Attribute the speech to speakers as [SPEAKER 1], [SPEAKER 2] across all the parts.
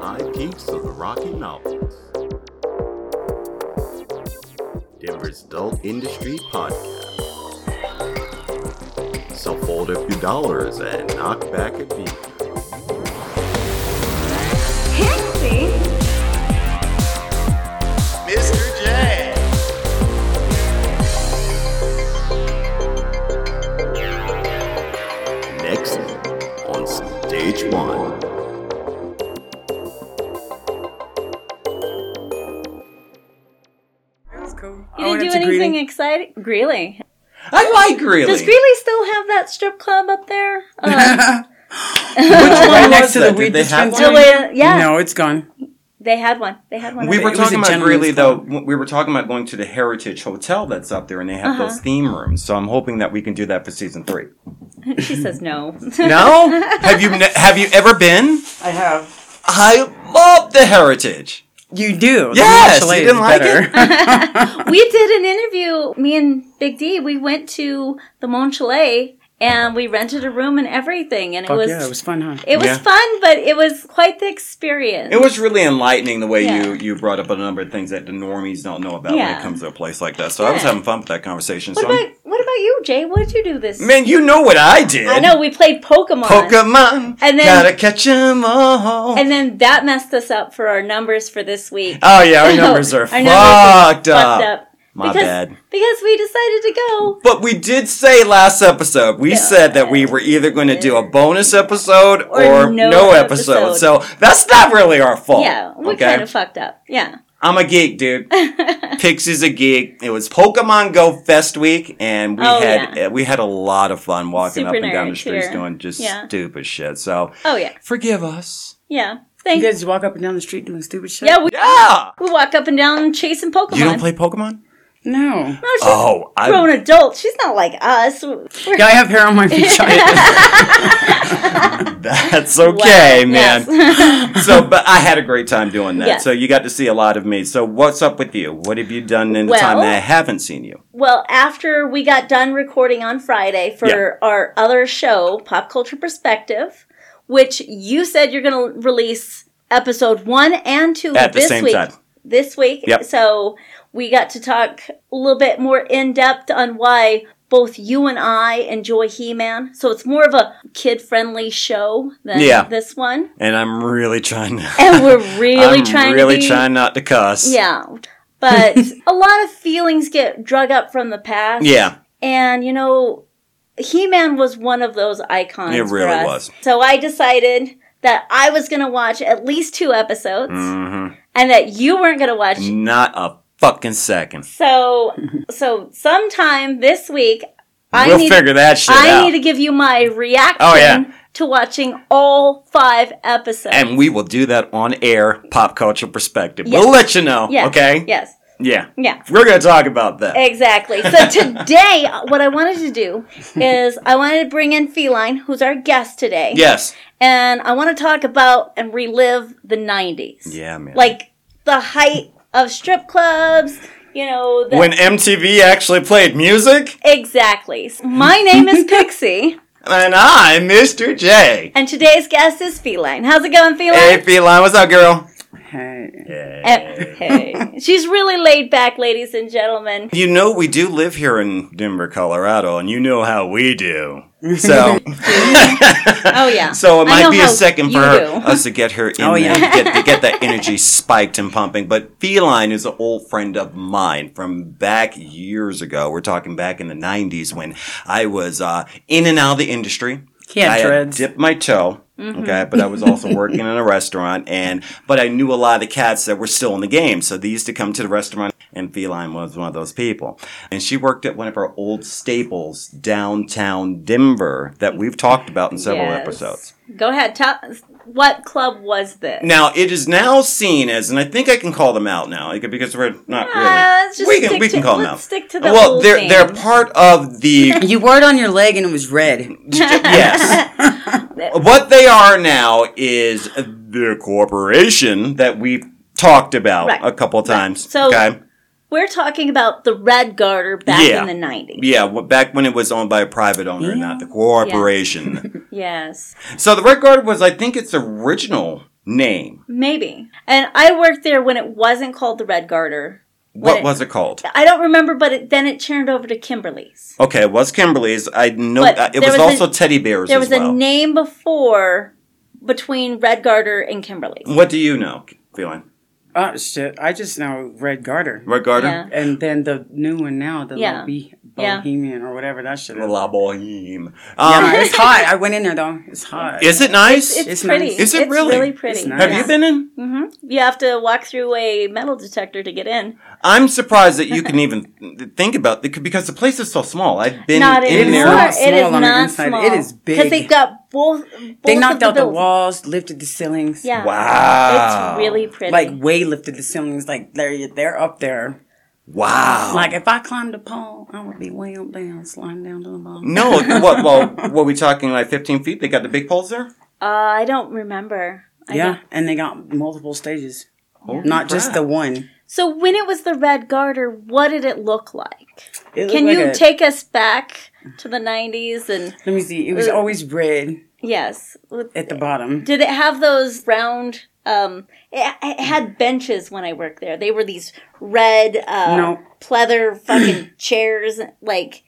[SPEAKER 1] five geeks of the Rocky Mountains. Denver's adult industry podcast. So fold a few dollars and knock back a beat.
[SPEAKER 2] Pixie?
[SPEAKER 3] Mr. J.
[SPEAKER 1] Next on stage one.
[SPEAKER 4] That was cool.
[SPEAKER 2] You
[SPEAKER 3] Oh,
[SPEAKER 2] didn't do anything exciting? Greeley.
[SPEAKER 3] I like Greeley.
[SPEAKER 2] Does Greeley still have that strip club up there? Um,
[SPEAKER 3] Right
[SPEAKER 5] next to the
[SPEAKER 3] that? Did
[SPEAKER 5] weed
[SPEAKER 3] they have
[SPEAKER 5] dispensary?
[SPEAKER 3] one?
[SPEAKER 2] Julia- yeah,
[SPEAKER 5] No, it's gone.
[SPEAKER 2] they had one. They had one.
[SPEAKER 3] We
[SPEAKER 2] up there.
[SPEAKER 3] were
[SPEAKER 5] was a
[SPEAKER 3] talking about
[SPEAKER 5] gentleman's
[SPEAKER 3] Greeley, though.
[SPEAKER 5] club.
[SPEAKER 3] We were talking about going to the Heritage Hotel that's up there, and they have those theme rooms. So I'm hoping that we can do that for season three.
[SPEAKER 2] she says no.
[SPEAKER 3] No, have you ne- have you ever been?
[SPEAKER 5] I have.
[SPEAKER 3] I love the Heritage.
[SPEAKER 5] You do. The
[SPEAKER 3] Yes,
[SPEAKER 5] Michelin
[SPEAKER 3] you didn't
[SPEAKER 5] is
[SPEAKER 3] like
[SPEAKER 5] better.
[SPEAKER 2] we did an interview. Me and Big D. We went to the Montchelay and we rented a room and everything, and it
[SPEAKER 5] Fuck
[SPEAKER 2] was.
[SPEAKER 5] yeah, it was fun, huh?
[SPEAKER 2] it was
[SPEAKER 3] Yeah.
[SPEAKER 2] fun, but it was quite the experience.
[SPEAKER 3] It was really enlightening the way
[SPEAKER 2] Yeah.
[SPEAKER 3] you you brought up a number of things that the normies don't know about when
[SPEAKER 2] Yeah.
[SPEAKER 3] it comes to a place like that. So I was
[SPEAKER 2] Yeah.
[SPEAKER 3] having fun with that conversation.
[SPEAKER 2] What
[SPEAKER 3] so I'm-
[SPEAKER 2] about what about you, Jay? What did you do this?
[SPEAKER 3] man, you know what I did.
[SPEAKER 2] I know we played Pokemon.
[SPEAKER 3] Pokemon.
[SPEAKER 2] And then-
[SPEAKER 3] gotta catch Oh. 'em all.
[SPEAKER 2] And then that messed us up for our numbers for this week.
[SPEAKER 3] oh yeah, our numbers are
[SPEAKER 2] Our
[SPEAKER 3] fucked,
[SPEAKER 2] numbers are
[SPEAKER 3] up.
[SPEAKER 2] fucked up.
[SPEAKER 3] My
[SPEAKER 2] because,
[SPEAKER 3] bad.
[SPEAKER 2] Because we decided to go.
[SPEAKER 3] But we did say last episode, we
[SPEAKER 2] Yeah.
[SPEAKER 3] said that we were either going to do a bonus episode or,
[SPEAKER 2] Or
[SPEAKER 3] no,
[SPEAKER 2] no
[SPEAKER 3] episode.
[SPEAKER 2] episode.
[SPEAKER 3] So that's not really our fault.
[SPEAKER 2] Yeah, we
[SPEAKER 3] Oh, okay.
[SPEAKER 2] kind of fucked up. Yeah.
[SPEAKER 3] I'm a geek, dude. Pixie's a geek. It was Pokemon Go Fest week, and we
[SPEAKER 2] Oh,
[SPEAKER 3] had
[SPEAKER 2] yeah.
[SPEAKER 3] uh, we had a lot of fun walking
[SPEAKER 2] Super
[SPEAKER 3] up and down the
[SPEAKER 2] nerds
[SPEAKER 3] streets
[SPEAKER 2] here.
[SPEAKER 3] doing just
[SPEAKER 2] Yeah.
[SPEAKER 3] stupid shit. So
[SPEAKER 2] Oh, yeah.
[SPEAKER 3] forgive us.
[SPEAKER 2] Yeah.
[SPEAKER 5] You
[SPEAKER 2] Thanks.
[SPEAKER 5] guys walk up and down the street doing stupid shit?
[SPEAKER 2] yeah, we,
[SPEAKER 3] Yeah.
[SPEAKER 2] we walk up and down chasing Pokemon.
[SPEAKER 3] You don't play Pokemon?
[SPEAKER 5] No.
[SPEAKER 2] No, she's
[SPEAKER 3] Oh,
[SPEAKER 2] a grown
[SPEAKER 3] I
[SPEAKER 2] adult. She's not like us. We're-
[SPEAKER 5] Yeah, I have hair on my vagina.
[SPEAKER 3] that's okay,
[SPEAKER 2] Wow,
[SPEAKER 3] man.
[SPEAKER 2] yes.
[SPEAKER 3] so, but I had a great time doing that.
[SPEAKER 2] Yeah.
[SPEAKER 3] So you got to see a lot of me. So what's up with you? What have you done in the time
[SPEAKER 2] Well-
[SPEAKER 3] that I haven't seen you?
[SPEAKER 2] well, after we got done recording on Friday for
[SPEAKER 3] Yeah.
[SPEAKER 2] our other show, Pop Culture Perspective, which you said you're going to release episode one and two
[SPEAKER 3] At the
[SPEAKER 2] this
[SPEAKER 3] same
[SPEAKER 2] week.
[SPEAKER 3] time.
[SPEAKER 2] this week.
[SPEAKER 3] Yep.
[SPEAKER 2] So we got to talk a little bit more in depth on why both you and I enjoy He Man. So it's more of a kid friendly show than
[SPEAKER 3] Yeah.
[SPEAKER 2] this one.
[SPEAKER 3] And I'm really trying to.
[SPEAKER 2] And we're really
[SPEAKER 3] I'm
[SPEAKER 2] trying
[SPEAKER 3] really
[SPEAKER 2] to be,
[SPEAKER 3] trying not to cuss.
[SPEAKER 2] Yeah. But a lot of feelings get drug up from the past.
[SPEAKER 3] Yeah.
[SPEAKER 2] And you know, He Man was one of those icons.
[SPEAKER 3] It
[SPEAKER 2] for
[SPEAKER 3] really
[SPEAKER 2] us.
[SPEAKER 3] was.
[SPEAKER 2] So I decided that I was gonna watch at least two episodes
[SPEAKER 3] Mm-hmm.
[SPEAKER 2] and that you weren't gonna watch
[SPEAKER 3] Not a fucking second.
[SPEAKER 2] So, so sometime this week, I
[SPEAKER 3] we'll
[SPEAKER 2] need
[SPEAKER 3] figure that shit
[SPEAKER 2] I
[SPEAKER 3] out.
[SPEAKER 2] need to give you my reaction
[SPEAKER 3] Oh, yeah.
[SPEAKER 2] to watching all five episodes.
[SPEAKER 3] and we will do that on air, pop culture perspective.
[SPEAKER 2] Yes.
[SPEAKER 3] We'll let you know.
[SPEAKER 2] yes,
[SPEAKER 3] Okay?
[SPEAKER 2] Yes.
[SPEAKER 3] Yeah.
[SPEAKER 2] Yeah.
[SPEAKER 3] We're going to talk about that.
[SPEAKER 2] Exactly. So today, what I wanted to do is I wanted to bring in Feline, who's our guest today.
[SPEAKER 3] Yes.
[SPEAKER 2] And I want to talk about and relive the '90s.
[SPEAKER 3] Yeah, man.
[SPEAKER 2] Like the height of strip clubs. You know. The,
[SPEAKER 3] When MTV actually played music,
[SPEAKER 2] exactly. My name is Pixie.
[SPEAKER 3] and I'm Mr. J.
[SPEAKER 2] And today's guest is Feline. How's it going, Feline?
[SPEAKER 3] Hey, Feline, what's up, girl?
[SPEAKER 5] Hey.
[SPEAKER 2] Eh, hey. She's really laid back, ladies and gentlemen.
[SPEAKER 3] You know, we do live here in Denver, Colorado, and you know how we do. So,
[SPEAKER 2] Oh yeah.
[SPEAKER 3] so it
[SPEAKER 2] I know
[SPEAKER 3] might be a
[SPEAKER 2] how
[SPEAKER 3] second
[SPEAKER 2] you
[SPEAKER 3] for her, uh,
[SPEAKER 2] do.
[SPEAKER 3] us to get her in
[SPEAKER 5] Oh,
[SPEAKER 3] there,
[SPEAKER 5] yeah.
[SPEAKER 3] to get, to get that energy spiked and pumping. But Feline is an old friend of mine from back years ago. We're talking back in the 90s when I was uh, in and out of the industry.
[SPEAKER 5] He had
[SPEAKER 3] I
[SPEAKER 5] dreads.
[SPEAKER 3] dipped my toe.
[SPEAKER 2] Mm-hmm.
[SPEAKER 3] Okay, but I was also working in a restaurant, and but I knew a lot of the cats that were still in the game, so they used to come to the restaurant, and Feline was one of those people. And she worked at one of our old staples downtown Denver that we've talked about in several
[SPEAKER 2] Yes.
[SPEAKER 3] episodes.
[SPEAKER 2] Go ahead. Tell what club was this?
[SPEAKER 3] Now it is now seen as, and I think I can call them out now like, because we're not
[SPEAKER 2] Ah,
[SPEAKER 3] really.
[SPEAKER 2] let's just
[SPEAKER 3] we can
[SPEAKER 2] stick
[SPEAKER 3] we can
[SPEAKER 2] to-
[SPEAKER 3] call them
[SPEAKER 2] let's
[SPEAKER 3] out.
[SPEAKER 2] stick to the
[SPEAKER 3] well,
[SPEAKER 2] old
[SPEAKER 3] they're they're
[SPEAKER 2] names.
[SPEAKER 3] part of the
[SPEAKER 5] You wore it on your leg and it was red.
[SPEAKER 3] yes. what they are now is the corporation that we've talked about
[SPEAKER 2] Right.
[SPEAKER 3] a couple times.
[SPEAKER 2] So-
[SPEAKER 3] okay.
[SPEAKER 2] We're talking about the Red Garter back
[SPEAKER 3] Yeah.
[SPEAKER 2] in the '90s.
[SPEAKER 3] Yeah, well, back when it was owned by a private owner, not the corporation.
[SPEAKER 2] Yes.
[SPEAKER 3] so the Red Guard was, I think, its original name.
[SPEAKER 2] Maybe. And I worked there when it wasn't called the Red Garter.
[SPEAKER 3] What
[SPEAKER 2] it-
[SPEAKER 3] was it called?
[SPEAKER 2] I don't remember, but it, then it turned over to Kimberly's.
[SPEAKER 3] Okay, it was Kimberly's. I know
[SPEAKER 2] But
[SPEAKER 3] that- it
[SPEAKER 2] there
[SPEAKER 3] was,
[SPEAKER 2] was a-
[SPEAKER 3] also Teddy Bears
[SPEAKER 2] There
[SPEAKER 3] as
[SPEAKER 2] was
[SPEAKER 3] well.
[SPEAKER 2] a name before between Red Garter and Kimberly's.
[SPEAKER 3] what do you know, Feeling?
[SPEAKER 5] Oh shit! I just know Red Garter,
[SPEAKER 3] Red Garter?
[SPEAKER 2] Yeah.
[SPEAKER 5] and then the new one now, the
[SPEAKER 2] Yeah.
[SPEAKER 5] yeah. Be-
[SPEAKER 2] Yeah.
[SPEAKER 5] Bohemian or whatever that shit is.
[SPEAKER 3] La
[SPEAKER 5] Yeah,
[SPEAKER 3] Boheme. Um,
[SPEAKER 5] it's hot. I went in there though. It's hot.
[SPEAKER 3] is it nice?
[SPEAKER 2] It's,
[SPEAKER 5] It's
[SPEAKER 2] pretty.
[SPEAKER 5] nice.
[SPEAKER 3] Is it
[SPEAKER 2] it's
[SPEAKER 3] really?
[SPEAKER 2] pretty.
[SPEAKER 5] It's nice.
[SPEAKER 3] Have
[SPEAKER 5] Yeah.
[SPEAKER 3] you been in?
[SPEAKER 2] hmm You have to walk through a metal detector to get in.
[SPEAKER 3] I'm surprised that you can even think about it because the place is so small. I've been
[SPEAKER 2] not
[SPEAKER 3] in
[SPEAKER 2] anymore.
[SPEAKER 5] It's not
[SPEAKER 3] there.
[SPEAKER 2] it is
[SPEAKER 5] small on the
[SPEAKER 2] not
[SPEAKER 5] inside.
[SPEAKER 2] small.
[SPEAKER 5] It is
[SPEAKER 2] Because
[SPEAKER 5] big.
[SPEAKER 2] they've got both. both
[SPEAKER 5] They knocked
[SPEAKER 2] of
[SPEAKER 5] out the
[SPEAKER 2] buildings.
[SPEAKER 5] walls, lifted the ceilings.
[SPEAKER 2] Yeah.
[SPEAKER 3] Wow.
[SPEAKER 2] It's really pretty.
[SPEAKER 5] Like way lifted the ceilings. Like they're they're up there.
[SPEAKER 2] Oh.
[SPEAKER 3] Wow.
[SPEAKER 5] Like if I climbed a pole, I would be way up down, sliding down to the bottom.
[SPEAKER 3] no, what, well, were we talking like 15 feet? They got the big poles there?
[SPEAKER 2] uh, I don't remember. I
[SPEAKER 5] Yeah,
[SPEAKER 2] don't-
[SPEAKER 5] and they got multiple stages,
[SPEAKER 3] Holy
[SPEAKER 5] not just
[SPEAKER 3] crap.
[SPEAKER 5] the one.
[SPEAKER 2] So when it was the Red Garter, what did it look like?
[SPEAKER 5] It looked
[SPEAKER 2] Can
[SPEAKER 5] like
[SPEAKER 2] you
[SPEAKER 5] a-
[SPEAKER 2] take us back to the 90s and
[SPEAKER 5] Let me see. It was
[SPEAKER 2] Uh,
[SPEAKER 5] always red
[SPEAKER 2] yes, with-
[SPEAKER 5] at the bottom.
[SPEAKER 2] did it have those round um it, it had benches when I worked there. They were these red uh
[SPEAKER 5] No.
[SPEAKER 2] pleather fucking chairs like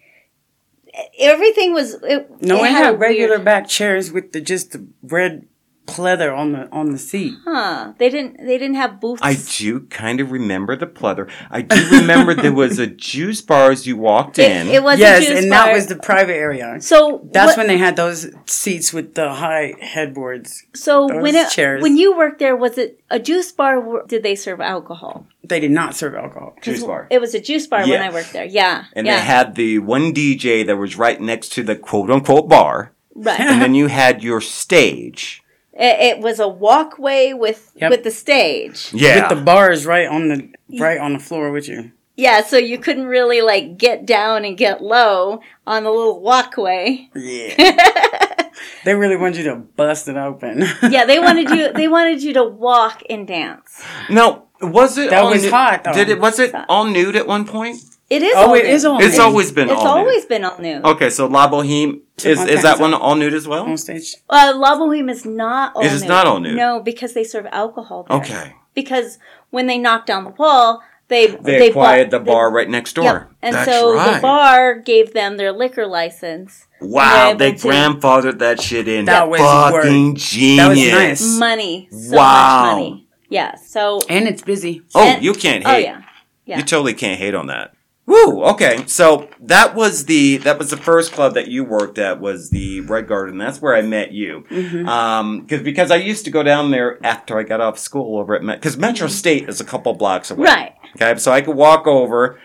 [SPEAKER 2] everything was it,
[SPEAKER 5] No, it,
[SPEAKER 2] a
[SPEAKER 5] had regular
[SPEAKER 2] weird-
[SPEAKER 5] back chairs with the just the red pleather on the on the seat.
[SPEAKER 2] huh. They didn't they didn't have booths.
[SPEAKER 3] I do kind of remember the pleather. I do remember there was a juice bar as you walked in.
[SPEAKER 2] it, it was
[SPEAKER 5] yes,
[SPEAKER 2] a juice
[SPEAKER 5] and
[SPEAKER 2] bar.
[SPEAKER 5] that was the private area.
[SPEAKER 2] So
[SPEAKER 5] That's
[SPEAKER 2] what-
[SPEAKER 5] when they had those seats with the high headboards.
[SPEAKER 2] So
[SPEAKER 5] Those
[SPEAKER 2] when it,
[SPEAKER 5] chairs.
[SPEAKER 2] when you worked there, was it a juice bar? Or did they serve alcohol?
[SPEAKER 5] They did not serve alcohol.
[SPEAKER 3] juice bar.
[SPEAKER 2] It was a juice bar when
[SPEAKER 3] Yeah.
[SPEAKER 2] I worked there. Yeah,
[SPEAKER 3] and
[SPEAKER 2] yeah,
[SPEAKER 3] they had the one DJ that was right next to the quote unquote bar.
[SPEAKER 2] right.
[SPEAKER 3] And then you had your stage.
[SPEAKER 2] it, it was a walkway with
[SPEAKER 5] Yep.
[SPEAKER 2] with the stage.
[SPEAKER 3] Yeah.
[SPEAKER 5] With the bars right on the right on the floor with you.
[SPEAKER 2] Yeah, so you couldn't really like get down and get low on the little walkway.
[SPEAKER 5] Yeah. they really wanted you to bust it open.
[SPEAKER 2] Yeah, they wanted you. They wanted you to walk and dance.
[SPEAKER 3] Now, was it
[SPEAKER 5] That
[SPEAKER 3] all
[SPEAKER 5] was
[SPEAKER 3] nu-
[SPEAKER 5] hot, though.
[SPEAKER 3] Did it was it all nude at one point?
[SPEAKER 2] It is.
[SPEAKER 5] Oh,
[SPEAKER 2] all
[SPEAKER 5] it
[SPEAKER 2] new.
[SPEAKER 5] is all
[SPEAKER 3] It's
[SPEAKER 5] nude.
[SPEAKER 3] always been
[SPEAKER 2] It's
[SPEAKER 3] all
[SPEAKER 2] always been all new.
[SPEAKER 3] nude. Okay, so La Boheme is
[SPEAKER 5] Okay.
[SPEAKER 3] is that one all nude as well?
[SPEAKER 5] on stage.
[SPEAKER 2] Uh, La Boheme is not all
[SPEAKER 3] It
[SPEAKER 2] new.
[SPEAKER 3] is not all nude.
[SPEAKER 2] No, because they serve alcohol. There.
[SPEAKER 3] Okay.
[SPEAKER 2] Because when they knocked down the wall, they
[SPEAKER 3] They, acquired the bar right next door.
[SPEAKER 2] Yep. And so the bar gave them their liquor license,
[SPEAKER 3] Wow,
[SPEAKER 2] Yeah,
[SPEAKER 3] they
[SPEAKER 2] that's it.
[SPEAKER 3] grandfathered that shit in.
[SPEAKER 5] That was
[SPEAKER 3] fucking genius.
[SPEAKER 5] That was nice.
[SPEAKER 3] Mm.
[SPEAKER 2] money, so
[SPEAKER 3] Wow.
[SPEAKER 2] much money. Yeah. So
[SPEAKER 5] And it's busy.
[SPEAKER 3] Oh,
[SPEAKER 2] And-
[SPEAKER 3] you can't hate.
[SPEAKER 2] oh yeah, yeah.
[SPEAKER 3] You totally can't hate on that. Woo. Okay, so that was the that was the first club that you worked at was the Red Garden. That's where I met you.
[SPEAKER 2] Mm-hmm.
[SPEAKER 3] Um, because because I used to go down there after I got off school over at because Metro State is a couple blocks away.
[SPEAKER 2] Mm-hmm. Right.
[SPEAKER 3] Okay, so I could walk over.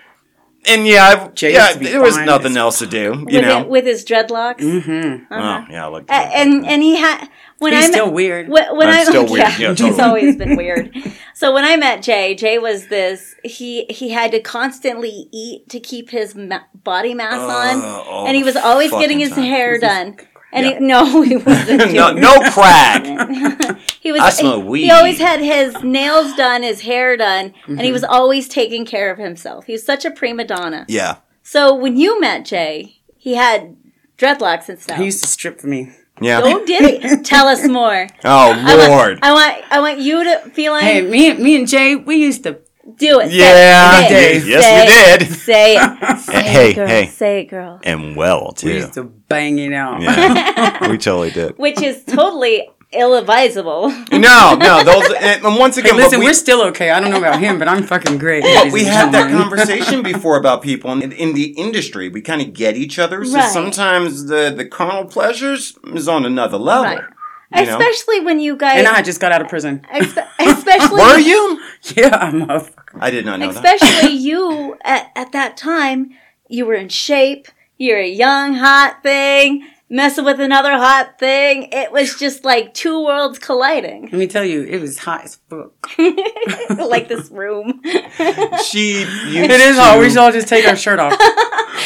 [SPEAKER 3] And yeah, I,
[SPEAKER 5] Jay
[SPEAKER 3] yeah,
[SPEAKER 5] used to be
[SPEAKER 3] there was
[SPEAKER 5] fine
[SPEAKER 3] nothing
[SPEAKER 5] as-
[SPEAKER 3] else to do, you
[SPEAKER 2] with,
[SPEAKER 3] know.
[SPEAKER 2] it, with his dreadlocks.
[SPEAKER 5] Mm-hmm.
[SPEAKER 2] Uh-huh.
[SPEAKER 3] Oh, yeah, I looked
[SPEAKER 2] A- and and he had when
[SPEAKER 5] He's
[SPEAKER 2] I met,
[SPEAKER 5] still weird.
[SPEAKER 2] When, when
[SPEAKER 3] I'm
[SPEAKER 2] I
[SPEAKER 3] still weird.
[SPEAKER 2] yeah,
[SPEAKER 3] Yeah,
[SPEAKER 2] he's
[SPEAKER 3] totally.
[SPEAKER 2] always been weird. So when I met Jay, Jay was this. He he had to constantly eat to keep his ma- body mass
[SPEAKER 3] Uh,
[SPEAKER 2] on, and he was always getting his hair done. And he,
[SPEAKER 3] Yeah.
[SPEAKER 2] no, he wasn't.
[SPEAKER 3] no,
[SPEAKER 2] doing
[SPEAKER 3] no crack.
[SPEAKER 2] He was.
[SPEAKER 3] I smell
[SPEAKER 2] he,
[SPEAKER 3] weed. Mm-hmm.
[SPEAKER 2] he always had his nails done, his hair done, and he was always taking care of himself. He was such a prima donna.
[SPEAKER 3] yeah.
[SPEAKER 2] So when you met Jay, he had dreadlocks and stuff.
[SPEAKER 5] He used to strip for me.
[SPEAKER 3] Yeah.
[SPEAKER 2] oh, did he? Tell us more. I
[SPEAKER 3] Oh
[SPEAKER 2] want-
[SPEAKER 3] Lord.
[SPEAKER 2] I want. I want you to feel like
[SPEAKER 5] Hey, me, me and Jay, we used to.
[SPEAKER 2] do it. Say
[SPEAKER 3] Yeah.
[SPEAKER 2] it. Say it.
[SPEAKER 3] Yes,
[SPEAKER 2] Say
[SPEAKER 3] we
[SPEAKER 2] it.
[SPEAKER 3] did.
[SPEAKER 2] Say it. Say it,
[SPEAKER 3] hey,
[SPEAKER 2] girl.
[SPEAKER 3] hey.
[SPEAKER 2] Say it, girl.
[SPEAKER 3] And well
[SPEAKER 5] We
[SPEAKER 3] too.
[SPEAKER 5] used to bang it out.
[SPEAKER 3] Yeah. we totally did.
[SPEAKER 2] Which is totally ill-advisable.
[SPEAKER 3] No, no, those and, and once
[SPEAKER 5] Hey,
[SPEAKER 3] again but
[SPEAKER 5] listen,
[SPEAKER 3] we,
[SPEAKER 5] we, are still okay. I don't know about him, but I'm fucking great.
[SPEAKER 3] but
[SPEAKER 5] ladies
[SPEAKER 3] we
[SPEAKER 5] and
[SPEAKER 3] had that
[SPEAKER 5] gentlemen.
[SPEAKER 3] conversation before about people in, in the industry. We kind of get each other, so
[SPEAKER 2] Right.
[SPEAKER 3] sometimes the the carnal pleasures is on another level.
[SPEAKER 2] Right.
[SPEAKER 3] You know?
[SPEAKER 2] especially when you guys.
[SPEAKER 5] And I just got out of prison.
[SPEAKER 2] expe- especially
[SPEAKER 3] Were you?
[SPEAKER 5] Yeah, I'm a fucker.
[SPEAKER 3] I did not know that.
[SPEAKER 2] especially you at, at that time you were in shape you're a young hot thing messing with another hot thing it was just like two worlds colliding
[SPEAKER 5] Let me tell you, it was hot as fuck.
[SPEAKER 2] like this room
[SPEAKER 3] She
[SPEAKER 5] It is hot. We should all just take our shirt off.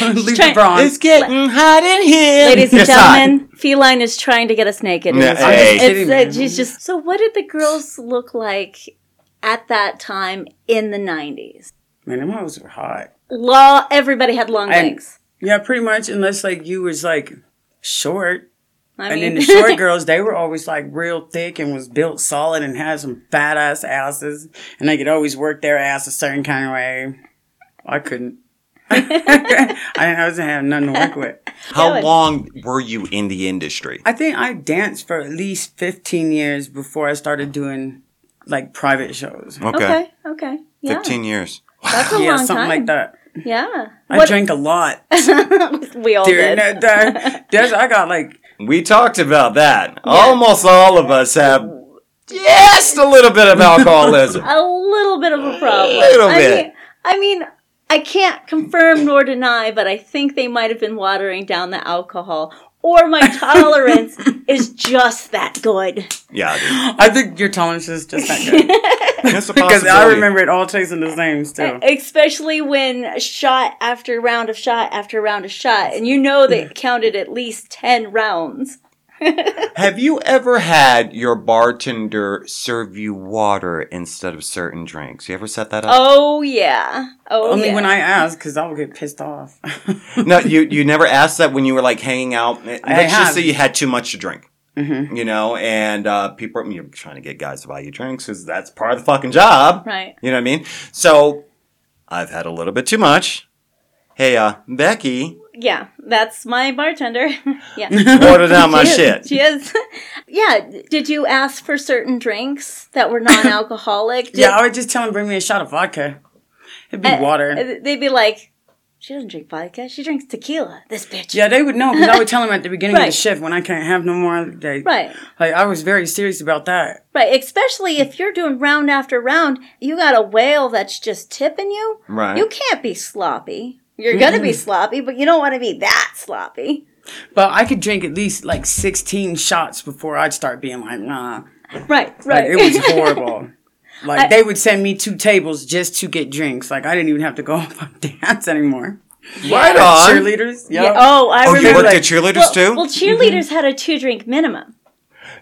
[SPEAKER 5] Leave the
[SPEAKER 2] trying-
[SPEAKER 5] bra on.
[SPEAKER 3] It's getting hot in here.
[SPEAKER 2] ladies and
[SPEAKER 3] It's hot.
[SPEAKER 2] gentlemen feline is trying to get us naked
[SPEAKER 3] Yeah,
[SPEAKER 2] It's-
[SPEAKER 3] hey.
[SPEAKER 2] it's,
[SPEAKER 5] Kidding, man.
[SPEAKER 2] it's just so what did the girls look like at that time in the 90s
[SPEAKER 5] Man, them hoes were hot.
[SPEAKER 2] law everybody had long
[SPEAKER 5] I'm-
[SPEAKER 2] legs
[SPEAKER 5] Yeah, pretty much. Unless like you was like short,
[SPEAKER 2] I
[SPEAKER 5] and then
[SPEAKER 2] mean,
[SPEAKER 5] the short girls, they were always like real thick and was built solid and had some fat ass asses, and they could always work their ass a certain kind of way. I couldn't. I didn't- I wasn't having nothing to work with.
[SPEAKER 3] How
[SPEAKER 2] would-
[SPEAKER 3] long were you in the industry?
[SPEAKER 5] I think I danced for at least fifteen years before I started doing like private shows.
[SPEAKER 2] okay, okay, yeah,
[SPEAKER 3] 15 years.
[SPEAKER 2] that's a
[SPEAKER 5] yeah,
[SPEAKER 2] long
[SPEAKER 5] something
[SPEAKER 2] time.
[SPEAKER 5] like that.
[SPEAKER 2] Yeah,
[SPEAKER 5] I drank a lot
[SPEAKER 2] we all
[SPEAKER 5] during
[SPEAKER 2] did.
[SPEAKER 5] that time. That's, I got like
[SPEAKER 3] We talked about that. Almost all of us have just a little bit of alcoholism.
[SPEAKER 2] a little bit of a problem.
[SPEAKER 3] Little
[SPEAKER 2] I
[SPEAKER 3] bit.
[SPEAKER 2] Mean, I mean, I can't confirm nor deny, but I think they might have been watering down the alcohol, or my tolerance is just that good.
[SPEAKER 3] yeah, dude.
[SPEAKER 5] I think your tolerance is just that good
[SPEAKER 3] It's a
[SPEAKER 5] because I
[SPEAKER 3] possibility.
[SPEAKER 5] remember it all tasting the same still.
[SPEAKER 2] E, Especially when shot after round of shot after round of shot, and you know they counted at least ten rounds.
[SPEAKER 3] Have you ever had your bartender serve you water instead of certain drinks? You ever set that up?
[SPEAKER 2] Oh yeah. Oh
[SPEAKER 5] Only
[SPEAKER 2] yeah.
[SPEAKER 5] when I asked because I would get pissed off.
[SPEAKER 2] Oh.
[SPEAKER 3] No, you you never asked that when you were like hanging out. Let's just
[SPEAKER 5] have.
[SPEAKER 3] say you had too much to drink.
[SPEAKER 2] Mm-hmm.
[SPEAKER 5] Mhm.
[SPEAKER 3] You know, and uh, people you're trying to get guys to buy you drinks because that's part of the fucking job.
[SPEAKER 2] right.
[SPEAKER 3] You know what I mean? So I've had a little bit too much. Hey, uh, Becky,
[SPEAKER 2] Yeah, that's my bartender. yeah.
[SPEAKER 3] order down my
[SPEAKER 2] She is.
[SPEAKER 3] shit.
[SPEAKER 2] She is. yeah. Did you ask for certain drinks that were non-alcoholic? Did-
[SPEAKER 5] yeah, I would just tell him bring me a shot of vodka. It'd be
[SPEAKER 2] uh,
[SPEAKER 5] water.
[SPEAKER 2] uh, They'd be like, "She doesn't drink vodka. She drinks tequila." This bitch.
[SPEAKER 5] Yeah, they would know because I would tell them at the beginning of
[SPEAKER 2] Right.
[SPEAKER 5] the shift when I couldn't have no more. They,
[SPEAKER 2] Right.
[SPEAKER 5] Like I was very serious about that.
[SPEAKER 2] Right. Especially if you're doing round after round, you got a whale that's just tipping you.
[SPEAKER 3] Right.
[SPEAKER 2] You can't be sloppy. You're gonna be sloppy, but you don't want to be that sloppy.
[SPEAKER 5] But I could drink at least like 16 shots before I'd start being like, nah.
[SPEAKER 2] Right.
[SPEAKER 5] Like,
[SPEAKER 2] Right.
[SPEAKER 5] it was horrible. Like they would send me two tables just to get drinks. Like I didn't even have to go up on dance anymore.
[SPEAKER 3] Right on.
[SPEAKER 5] Cheerleaders, yeah.
[SPEAKER 2] Yeah, Oh, I
[SPEAKER 3] Oh, you
[SPEAKER 2] remember.
[SPEAKER 3] worked
[SPEAKER 5] like-
[SPEAKER 3] at cheerleaders
[SPEAKER 2] well,
[SPEAKER 3] too?
[SPEAKER 2] well, cheerleaders
[SPEAKER 5] Mm-hmm.
[SPEAKER 2] had a two drink minimum.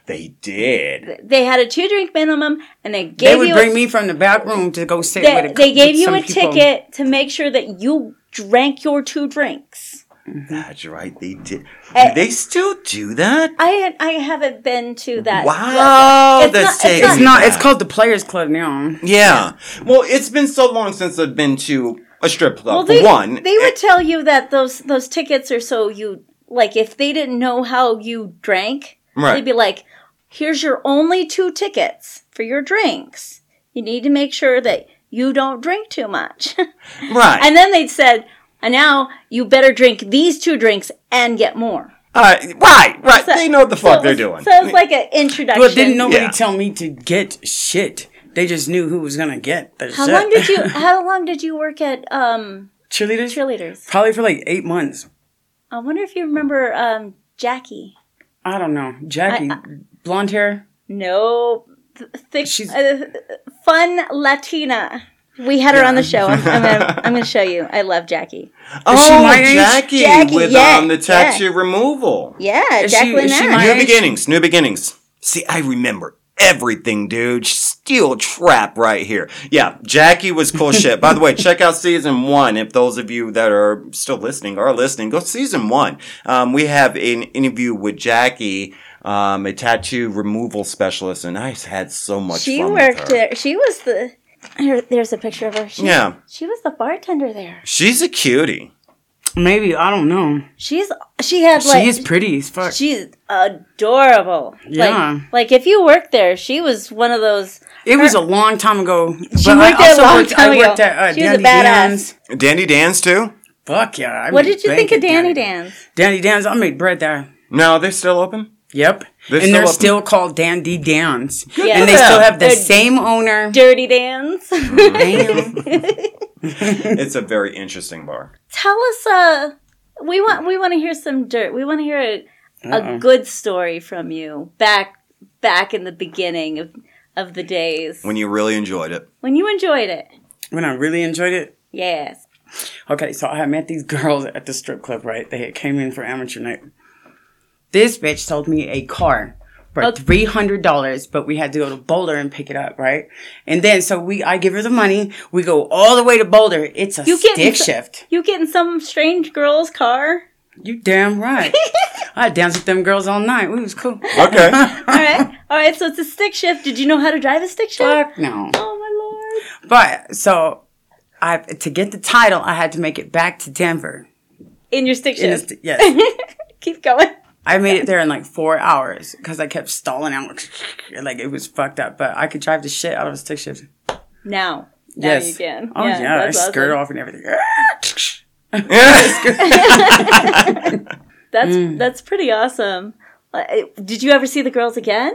[SPEAKER 3] they did.
[SPEAKER 2] They had a two drink minimum, and they gave
[SPEAKER 5] they would
[SPEAKER 2] you
[SPEAKER 5] bring
[SPEAKER 2] a,
[SPEAKER 5] me from the back room to go sit
[SPEAKER 2] they,
[SPEAKER 5] with. A,
[SPEAKER 2] they gave
[SPEAKER 5] with
[SPEAKER 2] you
[SPEAKER 5] some
[SPEAKER 2] a
[SPEAKER 5] people.
[SPEAKER 2] ticket to make sure that you drank your two drinks.
[SPEAKER 3] That's right. They did.
[SPEAKER 2] Eh.
[SPEAKER 3] they still do that?
[SPEAKER 2] I I haven't been to that.
[SPEAKER 3] Wow,
[SPEAKER 2] It's
[SPEAKER 3] that's
[SPEAKER 2] not- it's
[SPEAKER 3] taking
[SPEAKER 5] Oh, It's
[SPEAKER 3] me
[SPEAKER 5] not. It's
[SPEAKER 3] back.
[SPEAKER 5] called the Players Club now.
[SPEAKER 3] Yeah. Well, it's been so long since I've been to a strip club.
[SPEAKER 2] Well,
[SPEAKER 3] for
[SPEAKER 2] they,
[SPEAKER 3] one,
[SPEAKER 2] they would tell you that those those tickets are so you like if they didn't know how you drank,
[SPEAKER 3] Right.
[SPEAKER 2] they'd be like, "Here's your only two tickets for your drinks. You need to make sure that you don't drink too much."
[SPEAKER 3] right.
[SPEAKER 2] and then they said, "And now you better drink these two drinks and get more."
[SPEAKER 3] Uh, right, right.
[SPEAKER 2] So-
[SPEAKER 3] they know what the
[SPEAKER 2] so
[SPEAKER 3] fuck
[SPEAKER 2] it
[SPEAKER 3] they're
[SPEAKER 2] was-
[SPEAKER 3] doing.
[SPEAKER 2] So it's like an introduction.
[SPEAKER 5] But didn't nobody
[SPEAKER 3] Yeah.
[SPEAKER 5] tell me to get shit. They just knew who was gonna get the
[SPEAKER 2] How
[SPEAKER 5] shit.
[SPEAKER 2] long did you? How long did you work at um,
[SPEAKER 5] cheerleaders?
[SPEAKER 2] cheerleaders?
[SPEAKER 5] Probably for like eight months.
[SPEAKER 2] I wonder if you remember um, Jackie.
[SPEAKER 5] I don't know. Jackie, blonde hair.
[SPEAKER 2] No, th- thick,
[SPEAKER 5] She's-
[SPEAKER 2] uh, fun Latina. We had her on the show. I'm, I'm, gonna, I'm gonna show you. I love Jackie.
[SPEAKER 3] oh,
[SPEAKER 5] she my age?
[SPEAKER 3] Jackie,
[SPEAKER 2] Jackie,
[SPEAKER 3] with
[SPEAKER 2] yeah,
[SPEAKER 3] um, the tattoo removal.
[SPEAKER 2] Yeah,
[SPEAKER 5] Is she-
[SPEAKER 2] Jacqueline.
[SPEAKER 5] is she
[SPEAKER 2] Ash.
[SPEAKER 5] my
[SPEAKER 3] New
[SPEAKER 5] age?
[SPEAKER 3] beginnings, new beginnings. See, I remember everything, dude. Steel trap right here. Yeah, Jackie was cool shit. By the way, check out season one. If those of you that are still listening are listening, go season one. Um, we have an interview with Jackie, um, a tattoo removal specialist, and I had so much
[SPEAKER 2] she
[SPEAKER 3] fun
[SPEAKER 2] worked
[SPEAKER 3] with her.
[SPEAKER 2] there. She was the. Here, there's a picture of her. She,
[SPEAKER 3] Yeah.
[SPEAKER 2] she was the bartender there.
[SPEAKER 3] She's a cutie.
[SPEAKER 5] Maybe I don't know.
[SPEAKER 2] She's she had like
[SPEAKER 5] she is pretty as fuck.
[SPEAKER 2] She's adorable.
[SPEAKER 5] Yeah.
[SPEAKER 2] Like, like if you worked there, she was one of those.
[SPEAKER 5] It was a long time ago. But
[SPEAKER 2] She worked there a long time ago. She was a badass.
[SPEAKER 5] uh, Dan's.
[SPEAKER 3] Dandy Dan's too?
[SPEAKER 5] Fuck yeah. I
[SPEAKER 2] What
[SPEAKER 5] made
[SPEAKER 2] did you
[SPEAKER 5] bank
[SPEAKER 2] think of
[SPEAKER 5] at
[SPEAKER 2] Danny Dan's?
[SPEAKER 5] Danny Dan's. I made bread there.
[SPEAKER 3] No, they're still open.
[SPEAKER 5] Yep.
[SPEAKER 3] They're
[SPEAKER 5] and they're
[SPEAKER 3] still
[SPEAKER 5] still
[SPEAKER 3] up-
[SPEAKER 5] called Dandy Dan's.
[SPEAKER 2] for
[SPEAKER 5] And they
[SPEAKER 3] them.
[SPEAKER 5] still have the
[SPEAKER 2] They're-
[SPEAKER 5] same owner.
[SPEAKER 2] Dirty Dan's.
[SPEAKER 5] Mm-hmm. Damn.
[SPEAKER 3] it's a very interesting bar.
[SPEAKER 2] Tell us. Uh, we want we want to hear some dirt. We want to hear a,
[SPEAKER 5] Uh-uh.
[SPEAKER 2] a good story from you back back in the beginning of of the days
[SPEAKER 3] When you really enjoyed it.
[SPEAKER 2] when you enjoyed it.
[SPEAKER 5] when I really enjoyed it.
[SPEAKER 2] Yes.
[SPEAKER 5] Okay, so I had met these girls at the strip club, right? They had came in for amateur night. This bitch sold me a car for
[SPEAKER 2] Okay.
[SPEAKER 5] three hundred dollars, but we had to go to Boulder and pick it up, right? And then so we I give her the money, we go all the way to Boulder. It's a
[SPEAKER 2] You
[SPEAKER 5] stick
[SPEAKER 2] getting so-
[SPEAKER 5] shift.
[SPEAKER 2] You getting some strange girl's car?
[SPEAKER 5] You damn right. I danced with them girls all night. We was cool.
[SPEAKER 3] Okay.
[SPEAKER 2] All right. All right. So it's a stick shift. Did you know how to drive a stick shift?
[SPEAKER 5] Fuck no.
[SPEAKER 2] Oh my lord.
[SPEAKER 5] But so I to get the title, I had to make it back to Denver.
[SPEAKER 2] In your stick
[SPEAKER 5] It
[SPEAKER 2] shift.
[SPEAKER 5] is- yes.
[SPEAKER 2] Keep going.
[SPEAKER 5] I made it there in like four hours because I kept stalling out. Like it was fucked up, but I could drive the shit out of a stick shift.
[SPEAKER 2] Now. Now
[SPEAKER 5] Yes.
[SPEAKER 2] you can.
[SPEAKER 5] Oh yeah, I
[SPEAKER 2] that's
[SPEAKER 5] skirt
[SPEAKER 2] awesome.
[SPEAKER 5] off and everything.
[SPEAKER 2] That's
[SPEAKER 5] Mm.
[SPEAKER 2] that's pretty awesome. Uh, Did you ever see the girls again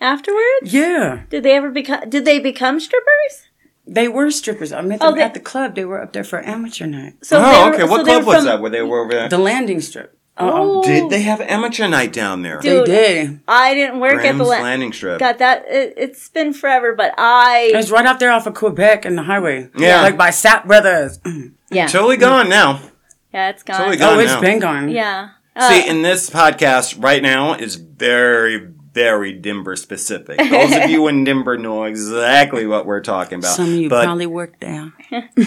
[SPEAKER 2] afterwards?
[SPEAKER 5] yeah,
[SPEAKER 2] Did they ever become? Did they become strippers?
[SPEAKER 5] they were strippers. I met them
[SPEAKER 2] Oh, they-
[SPEAKER 5] at the club. They were up there for amateur night.
[SPEAKER 2] So they
[SPEAKER 3] oh,
[SPEAKER 2] were-
[SPEAKER 3] okay. What
[SPEAKER 2] so they
[SPEAKER 3] club
[SPEAKER 2] were
[SPEAKER 3] was
[SPEAKER 2] from-
[SPEAKER 3] that? Where they were over there?
[SPEAKER 5] The landing strip. Oh,
[SPEAKER 2] Oh,
[SPEAKER 3] Did they have amateur night down there?
[SPEAKER 2] Dude,
[SPEAKER 5] they did.
[SPEAKER 2] I didn't work at
[SPEAKER 3] Graham's
[SPEAKER 2] the la-
[SPEAKER 3] Landing Strip.
[SPEAKER 2] God, that it, it's been forever, but I
[SPEAKER 5] It was right out there off of Quebec and the highway.
[SPEAKER 3] Yeah.
[SPEAKER 5] like by Sap Brothers.
[SPEAKER 2] yeah
[SPEAKER 3] Totally gone now.
[SPEAKER 2] yeah it's gone.
[SPEAKER 3] Totally gone
[SPEAKER 5] Oh, it's
[SPEAKER 3] now.
[SPEAKER 5] been gone.
[SPEAKER 2] Yeah. Uh,
[SPEAKER 3] See, and this podcast right now is very, very Denver specific. Those of you in Denver know exactly what we're talking about.
[SPEAKER 5] Some of you
[SPEAKER 3] but
[SPEAKER 5] probably worked there.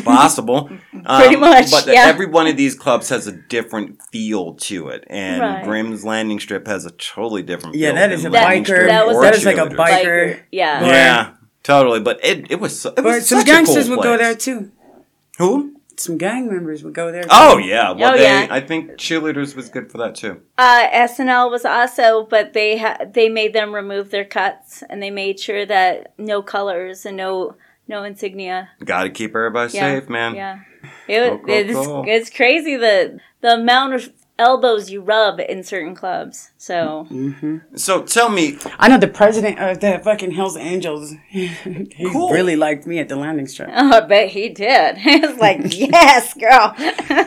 [SPEAKER 3] possible. Um,
[SPEAKER 2] Pretty much,
[SPEAKER 3] But
[SPEAKER 2] yeah.
[SPEAKER 3] every one of these clubs has a different feel to it. And
[SPEAKER 2] Right.
[SPEAKER 3] Grimm's Landing Strip has a totally different
[SPEAKER 5] Yeah,
[SPEAKER 3] feel.
[SPEAKER 5] that
[SPEAKER 3] than
[SPEAKER 5] is a
[SPEAKER 3] Landing
[SPEAKER 5] biker.
[SPEAKER 3] Strip
[SPEAKER 2] That was-
[SPEAKER 3] or
[SPEAKER 2] that
[SPEAKER 5] is like a
[SPEAKER 3] cheerleaders.
[SPEAKER 5] biker.
[SPEAKER 2] yeah.
[SPEAKER 3] Yeah, totally. But it, it was, so- it
[SPEAKER 5] But
[SPEAKER 3] was
[SPEAKER 5] some
[SPEAKER 3] such a cool
[SPEAKER 5] gangsters would go
[SPEAKER 3] place.
[SPEAKER 5] there too.
[SPEAKER 3] Who?
[SPEAKER 5] Some gang members would go there. Too.
[SPEAKER 3] Oh, yeah. Well,
[SPEAKER 2] Oh,
[SPEAKER 3] they,
[SPEAKER 2] yeah.
[SPEAKER 3] I think cheerleaders was good for that too.
[SPEAKER 2] Uh, SNL was also, but they ha- they made them remove their cuts and they made sure that no colors and no no insignia.
[SPEAKER 3] Gotta keep everybody
[SPEAKER 2] Yeah.
[SPEAKER 3] safe, man.
[SPEAKER 2] Yeah. It,
[SPEAKER 3] Cool, cool,
[SPEAKER 2] it's,
[SPEAKER 3] cool.
[SPEAKER 2] it's crazy the the amount of elbows you rub in certain clubs. So
[SPEAKER 5] Mm-hmm.
[SPEAKER 3] So tell me,
[SPEAKER 5] I know the president of the fucking Hells Angels. he
[SPEAKER 3] Cool.
[SPEAKER 5] really liked me at the landing strip.
[SPEAKER 2] oh, I bet he did. it's like yes, girl.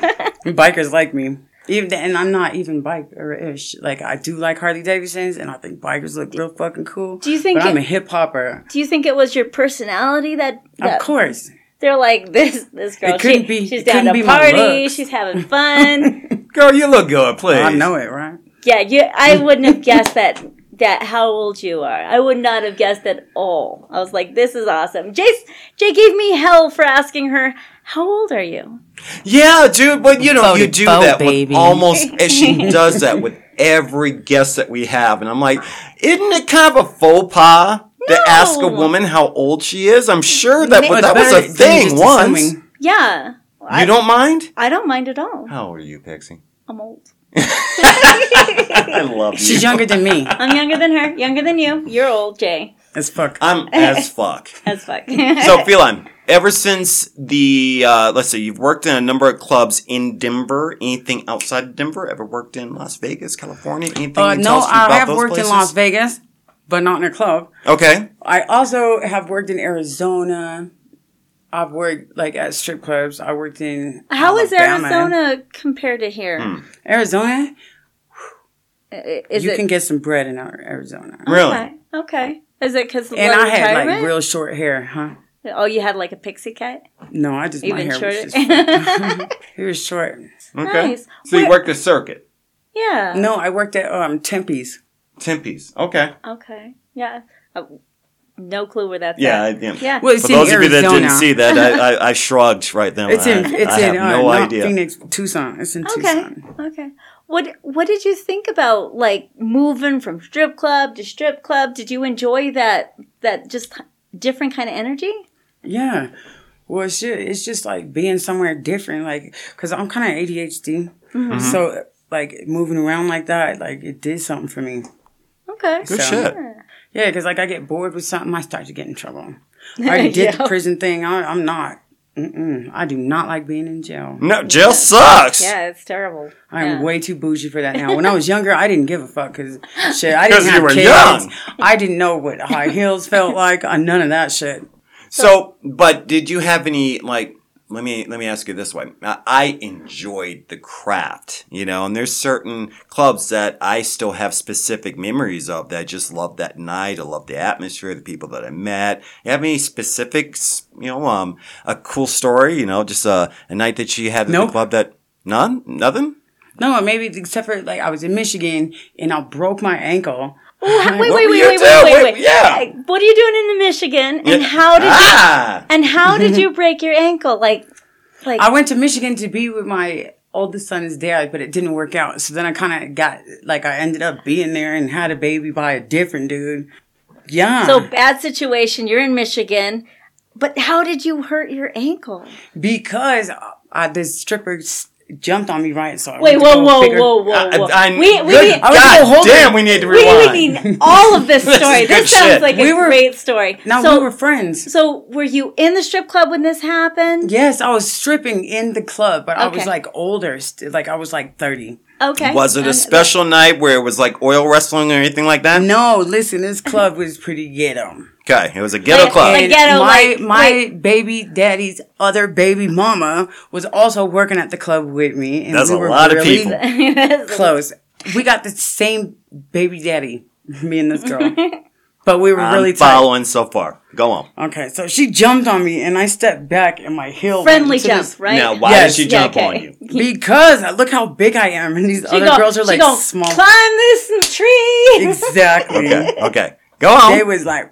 [SPEAKER 5] Bikers like me. Even and I'm not even biker ish. Like I do like Harley Davidsons, and I think bikers look real fucking cool. Do
[SPEAKER 2] you think
[SPEAKER 5] But I'm
[SPEAKER 2] it-
[SPEAKER 5] a hip hopper,
[SPEAKER 2] Do you think it was your personality that?
[SPEAKER 5] of
[SPEAKER 2] that-
[SPEAKER 5] course.
[SPEAKER 2] They're like this. This girl.
[SPEAKER 5] It couldn't
[SPEAKER 2] she-
[SPEAKER 5] be-
[SPEAKER 2] She's
[SPEAKER 5] it
[SPEAKER 2] down
[SPEAKER 5] couldn't
[SPEAKER 2] to
[SPEAKER 5] be my
[SPEAKER 2] party.
[SPEAKER 5] looks.
[SPEAKER 2] She's having fun.
[SPEAKER 3] girl, you look good, please.
[SPEAKER 5] I know it, right?
[SPEAKER 2] Yeah, you, I wouldn't have guessed that that how old you are. I would not have guessed at all. I was like, this is awesome. Jace, Jay gave me hell for asking her, how old are you?
[SPEAKER 3] Yeah, dude, but you know, you
[SPEAKER 5] Voted
[SPEAKER 3] do
[SPEAKER 5] Bo,
[SPEAKER 3] that
[SPEAKER 5] baby.
[SPEAKER 3] with almost, and she does that with every guest that we have. And I'm like, isn't it kind of a faux pas
[SPEAKER 2] No.
[SPEAKER 3] to ask a woman how old she is? I'm sure that,
[SPEAKER 2] But
[SPEAKER 3] that was a
[SPEAKER 5] Better than
[SPEAKER 3] thing
[SPEAKER 5] just
[SPEAKER 3] once.
[SPEAKER 5] assuming.
[SPEAKER 2] Yeah. I,
[SPEAKER 3] You don't mind?
[SPEAKER 2] I don't mind at all.
[SPEAKER 3] How old are you, Pixie?
[SPEAKER 2] I'm old.
[SPEAKER 3] I love you.
[SPEAKER 5] She's younger than me.
[SPEAKER 2] I'm younger than her, younger than you. You're old, Jay.
[SPEAKER 5] As fuck.
[SPEAKER 3] I'm as fuck.
[SPEAKER 2] As fuck.
[SPEAKER 3] So, Feline, ever since the, uh, let's say you've worked in a number of clubs in Denver, anything outside of Denver? Ever worked in Las Vegas, California? Anything
[SPEAKER 5] Uh,
[SPEAKER 3] you can
[SPEAKER 5] no,
[SPEAKER 3] tell us
[SPEAKER 5] I
[SPEAKER 3] about
[SPEAKER 5] have
[SPEAKER 3] those
[SPEAKER 5] worked
[SPEAKER 3] places?
[SPEAKER 5] in Las Vegas, but not in a club.
[SPEAKER 3] Okay.
[SPEAKER 5] I also have worked in Arizona. I've worked like at strip clubs. I worked in
[SPEAKER 2] how is
[SPEAKER 5] Alabama.
[SPEAKER 2] Arizona compared to here?
[SPEAKER 3] Hmm.
[SPEAKER 5] Arizona,
[SPEAKER 2] I- Is
[SPEAKER 5] you
[SPEAKER 2] it
[SPEAKER 5] can get some bread in Arizona.
[SPEAKER 3] Really?
[SPEAKER 2] okay? Okay. Is it because
[SPEAKER 5] And I had like real short hair, huh?
[SPEAKER 2] oh, you had like a pixie cut,
[SPEAKER 5] No, I just my
[SPEAKER 2] even
[SPEAKER 5] hair
[SPEAKER 2] shorter.
[SPEAKER 5] was just it was short.
[SPEAKER 3] Okay.
[SPEAKER 2] Nice.
[SPEAKER 3] So you
[SPEAKER 2] Where-
[SPEAKER 3] worked the circuit.
[SPEAKER 2] yeah.
[SPEAKER 5] No, I worked at um Tempe's.
[SPEAKER 3] Tempe's. Okay.
[SPEAKER 2] Okay. Yeah. Uh, no clue where that's
[SPEAKER 3] Yeah. I,
[SPEAKER 2] at.
[SPEAKER 3] yeah.
[SPEAKER 2] Yeah.
[SPEAKER 5] Well, it's
[SPEAKER 3] For
[SPEAKER 5] in
[SPEAKER 3] those of you
[SPEAKER 5] Arizona.
[SPEAKER 3] that didn't see that, I, I, I shrugged right then.
[SPEAKER 5] it's in
[SPEAKER 3] I-
[SPEAKER 5] it's
[SPEAKER 3] I
[SPEAKER 5] in
[SPEAKER 3] have
[SPEAKER 5] uh,
[SPEAKER 3] no
[SPEAKER 5] not
[SPEAKER 3] idea.
[SPEAKER 5] Phoenix, Tucson. It's in
[SPEAKER 2] okay.
[SPEAKER 5] Tucson.
[SPEAKER 2] Okay. What What did you think about like moving from strip club to strip club? Did you enjoy that that just different kind of energy?
[SPEAKER 5] Yeah. Well, shit, it's just like being somewhere different, like because I'm kind of ADHD,
[SPEAKER 2] Mm-hmm.
[SPEAKER 5] so like moving around like that, like it did something for me.
[SPEAKER 2] Okay.
[SPEAKER 3] Good
[SPEAKER 5] So-
[SPEAKER 3] shit.
[SPEAKER 5] Yeah, because like I get bored with something, I start to get in trouble. I already did the
[SPEAKER 2] Yeah.
[SPEAKER 5] prison thing. I, I'm not. Mm-mm, I do not like being in jail.
[SPEAKER 3] No, jail sucks.
[SPEAKER 2] Yeah, it's terrible.
[SPEAKER 5] I'm
[SPEAKER 2] Yeah.
[SPEAKER 5] way too bougie for that now. When I was younger, I didn't give a fuck because shit, I
[SPEAKER 3] 'Cause
[SPEAKER 5] didn't
[SPEAKER 3] you
[SPEAKER 5] have
[SPEAKER 3] were
[SPEAKER 5] kids.
[SPEAKER 3] young.
[SPEAKER 5] I didn't know what high heels felt like. Uh, none of that shit.
[SPEAKER 3] So, but did you have any like? Let me let me ask you this way. I- I enjoyed the craft, you know, and there's certain clubs that I still have specific memories of that I just love that night. I love the atmosphere, the people that I met. You have any specifics? You know, um, a cool story. You know, just a, a night that you had at
[SPEAKER 5] Nope.
[SPEAKER 3] the club that none, nothing.
[SPEAKER 5] No, maybe except for like I was in Michigan and I broke my ankle.
[SPEAKER 2] Ooh, how- wait,
[SPEAKER 3] What
[SPEAKER 2] wait,
[SPEAKER 3] were
[SPEAKER 2] wait,
[SPEAKER 3] you
[SPEAKER 2] wait,
[SPEAKER 3] doing?
[SPEAKER 2] wait, wait, wait.
[SPEAKER 3] Wait, yeah.
[SPEAKER 2] Like, What are you doing in Michigan? And
[SPEAKER 3] Yeah.
[SPEAKER 2] how did you,
[SPEAKER 3] ah,
[SPEAKER 2] and how did you break your ankle? Like, like
[SPEAKER 5] I went to Michigan to be with my oldest son is dead, but it didn't work out. So then I kind of got like I ended up being there and had a baby by a different dude. Yeah.
[SPEAKER 2] So bad situation. You're in Michigan, but how did you hurt your ankle?
[SPEAKER 5] because uh, I, this stripper s- jumped on me right, so I
[SPEAKER 2] Wait,
[SPEAKER 5] went to
[SPEAKER 2] whoa,
[SPEAKER 5] go
[SPEAKER 2] whoa,
[SPEAKER 5] figure-
[SPEAKER 2] whoa, whoa,
[SPEAKER 3] I-
[SPEAKER 2] whoa!
[SPEAKER 3] I-
[SPEAKER 2] we we
[SPEAKER 3] good
[SPEAKER 2] need,
[SPEAKER 5] I was
[SPEAKER 3] God
[SPEAKER 5] gonna hold
[SPEAKER 3] damn, we need to
[SPEAKER 2] we
[SPEAKER 3] rewind.
[SPEAKER 2] would need all of this
[SPEAKER 3] This is
[SPEAKER 2] story.
[SPEAKER 3] good
[SPEAKER 2] this sounds
[SPEAKER 3] shit.
[SPEAKER 2] like a
[SPEAKER 5] We were-
[SPEAKER 2] great story.
[SPEAKER 5] Now
[SPEAKER 2] so,
[SPEAKER 5] we were friends.
[SPEAKER 2] so were you in the strip club when this happened?
[SPEAKER 5] Yes, I was stripping in the club, but I was
[SPEAKER 2] Okay.
[SPEAKER 5] like older, st- like I was like thirty.
[SPEAKER 2] Okay.
[SPEAKER 3] Was it a
[SPEAKER 2] And-
[SPEAKER 3] special night where it was like oil wrestling or anything like that?
[SPEAKER 5] No, listen, this club was pretty ghetto.
[SPEAKER 3] Okay, it was a ghetto
[SPEAKER 2] Like-
[SPEAKER 3] club.
[SPEAKER 2] like-
[SPEAKER 5] And
[SPEAKER 2] ghetto,
[SPEAKER 5] my
[SPEAKER 2] like,
[SPEAKER 5] my
[SPEAKER 2] wait.
[SPEAKER 5] baby daddy's other baby mama was also working at the club with me, and
[SPEAKER 3] That's
[SPEAKER 5] we
[SPEAKER 3] a
[SPEAKER 5] were
[SPEAKER 3] lot of
[SPEAKER 5] really
[SPEAKER 3] people.
[SPEAKER 5] Close. We got the same baby daddy, me and this girl, but we were
[SPEAKER 3] I'm
[SPEAKER 5] really tight.
[SPEAKER 3] following so far. Go on.
[SPEAKER 5] Okay, so she jumped on me, and I stepped back, and my heel went
[SPEAKER 2] friendly
[SPEAKER 5] to
[SPEAKER 2] jump,
[SPEAKER 5] this-
[SPEAKER 2] right?
[SPEAKER 3] Now, why
[SPEAKER 5] Yes.
[SPEAKER 3] did she
[SPEAKER 2] Yeah,
[SPEAKER 3] jump
[SPEAKER 2] okay.
[SPEAKER 3] on you?
[SPEAKER 5] Because I- look how big I am, and these
[SPEAKER 2] She
[SPEAKER 5] other
[SPEAKER 2] gon-
[SPEAKER 5] girls are
[SPEAKER 2] she
[SPEAKER 5] like
[SPEAKER 2] gon'
[SPEAKER 5] small.
[SPEAKER 2] Climb this tree.
[SPEAKER 5] Exactly.
[SPEAKER 3] Okay, okay. Go on.
[SPEAKER 5] They was like,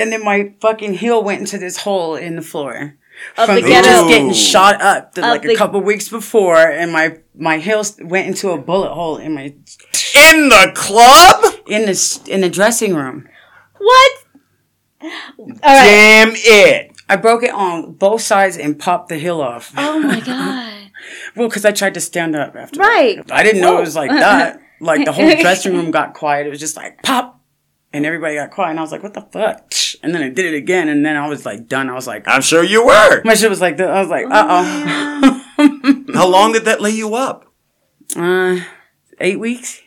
[SPEAKER 5] and then my fucking heel went into this hole in the floor
[SPEAKER 2] Of
[SPEAKER 5] from
[SPEAKER 2] the
[SPEAKER 5] just
[SPEAKER 2] ghetto.
[SPEAKER 5] getting shot up the,
[SPEAKER 2] Of
[SPEAKER 5] like
[SPEAKER 2] the-
[SPEAKER 5] a couple weeks before, and my my heel s- went into a bullet hole in my
[SPEAKER 3] in the club?
[SPEAKER 5] in the s- in the dressing room.
[SPEAKER 2] What? All right.
[SPEAKER 3] Damn it.
[SPEAKER 5] I broke it on both sides and popped the heel off.
[SPEAKER 2] Oh my god.
[SPEAKER 5] Well, because I tried to stand up after. that.
[SPEAKER 2] Right.
[SPEAKER 5] I didn't know it was like that. Like the whole dressing room got quiet. It was just like pop, and everybody got quiet. And I was like, "What the fuck?" And then I did it again. And then I was like, done. I was like,
[SPEAKER 3] I'm sure you were.
[SPEAKER 5] my shit was like, this. I was like, uh
[SPEAKER 3] How long did that lay you up?
[SPEAKER 5] oh, uh, eight weeks.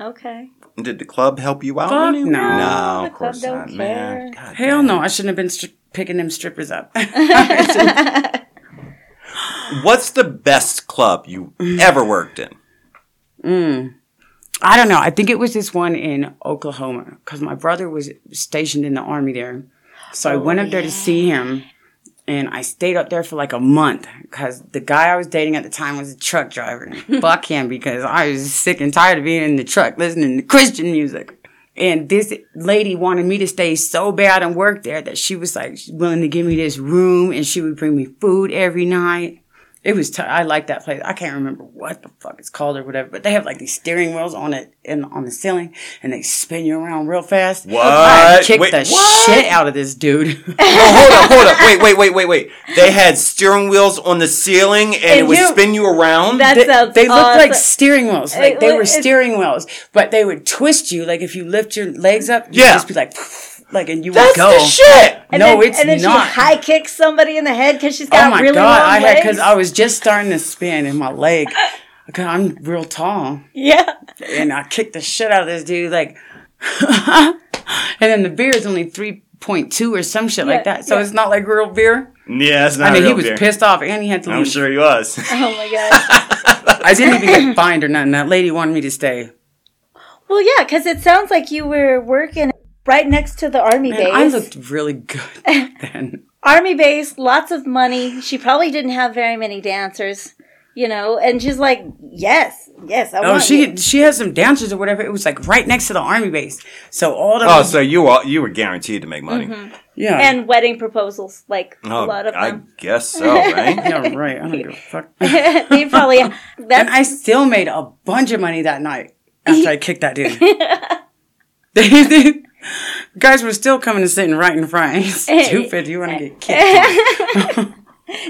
[SPEAKER 2] Okay.
[SPEAKER 3] Did the club help you out?
[SPEAKER 5] Fuck
[SPEAKER 3] anyway?
[SPEAKER 5] no.
[SPEAKER 3] No,
[SPEAKER 2] The
[SPEAKER 3] of course
[SPEAKER 2] club
[SPEAKER 3] not,
[SPEAKER 2] don't
[SPEAKER 3] man.
[SPEAKER 2] care.
[SPEAKER 3] God
[SPEAKER 5] Hell no, I shouldn't have been stri- picking them strippers up.
[SPEAKER 3] damn. What's the best club you ever worked in?
[SPEAKER 5] I don't know. I think it was this one in Oklahoma because my brother was stationed in the army there. So I went up there to see him and I stayed up there for like a month because the guy I was dating at the time was a truck driver. Fuck him because I was sick and tired of being in the truck listening to Christian music. And this lady wanted me to stay so bad and work there that she was like willing to give me this room and she would bring me food every night. It was. T- I like that place. I can't remember what the fuck it's called or whatever, but they have like these steering wheels on it and on the ceiling, and they spin you around real fast.
[SPEAKER 3] What?
[SPEAKER 5] I kicked
[SPEAKER 3] Wait,
[SPEAKER 5] the
[SPEAKER 3] what?
[SPEAKER 5] shit out of this dude.
[SPEAKER 3] Oh, hold up, hold up. Wait, wait, wait, wait, wait. They had steering wheels on the ceiling and, it would
[SPEAKER 5] you-
[SPEAKER 3] spin you around?
[SPEAKER 2] That
[SPEAKER 5] they,
[SPEAKER 2] sounds
[SPEAKER 5] they looked
[SPEAKER 2] awesome.
[SPEAKER 5] like steering wheels. Like
[SPEAKER 2] It
[SPEAKER 5] they
[SPEAKER 2] look-
[SPEAKER 5] were
[SPEAKER 2] it's-
[SPEAKER 5] steering wheels, but they would twist you. Like if you lift your legs up, you'd
[SPEAKER 3] Yeah.
[SPEAKER 5] just be like, like, and you would
[SPEAKER 3] That's
[SPEAKER 5] go.
[SPEAKER 3] the shit.
[SPEAKER 2] And
[SPEAKER 5] no,
[SPEAKER 2] then,
[SPEAKER 5] it's
[SPEAKER 2] and then
[SPEAKER 5] not.
[SPEAKER 2] she high kicks somebody in the head because she's
[SPEAKER 5] oh
[SPEAKER 2] got
[SPEAKER 5] my
[SPEAKER 2] really
[SPEAKER 5] god!
[SPEAKER 2] long
[SPEAKER 5] I had
[SPEAKER 2] legs.
[SPEAKER 5] because I was just starting to spin in my leg. God, I'm real tall,
[SPEAKER 2] yeah.
[SPEAKER 5] and I kicked the shit out of this dude. Like, and then the beer is only three point two or some shit like
[SPEAKER 2] Yeah,
[SPEAKER 5] that. So
[SPEAKER 2] yeah.
[SPEAKER 5] it's not like real beer.
[SPEAKER 3] Yeah, that's not
[SPEAKER 5] I mean, he
[SPEAKER 3] real
[SPEAKER 5] was
[SPEAKER 3] beer.
[SPEAKER 5] pissed off, and he had to
[SPEAKER 3] I'm
[SPEAKER 5] leave.
[SPEAKER 3] sure he was.
[SPEAKER 2] Oh my gosh.
[SPEAKER 5] I didn't even get fined or nothing. That lady wanted me to stay.
[SPEAKER 2] well, yeah, because it sounds like you were working right next to the army
[SPEAKER 5] And I
[SPEAKER 2] base.
[SPEAKER 5] looked really good then.
[SPEAKER 2] army base, lots of money. She probably didn't have very many dancers, you know. And she's like, "Yes, yes, I
[SPEAKER 5] Oh,
[SPEAKER 2] want
[SPEAKER 5] she
[SPEAKER 2] you."
[SPEAKER 5] she has some dancers or whatever. It was like right next to the army base. So all the
[SPEAKER 3] Oh, so you were, you were guaranteed to make money.
[SPEAKER 5] yeah,
[SPEAKER 2] And wedding proposals, like
[SPEAKER 3] Oh,
[SPEAKER 2] a Mm-hmm. lot of
[SPEAKER 3] I
[SPEAKER 2] them.
[SPEAKER 3] guess so, right?
[SPEAKER 5] yeah, right. I don't give a fuck.
[SPEAKER 2] they probably.
[SPEAKER 5] and
[SPEAKER 2] That's
[SPEAKER 5] I still made a bunch of money that night after I kicked that dude. They- they- Guys were still coming and sitting right in front. Stupid, you want to get kicked?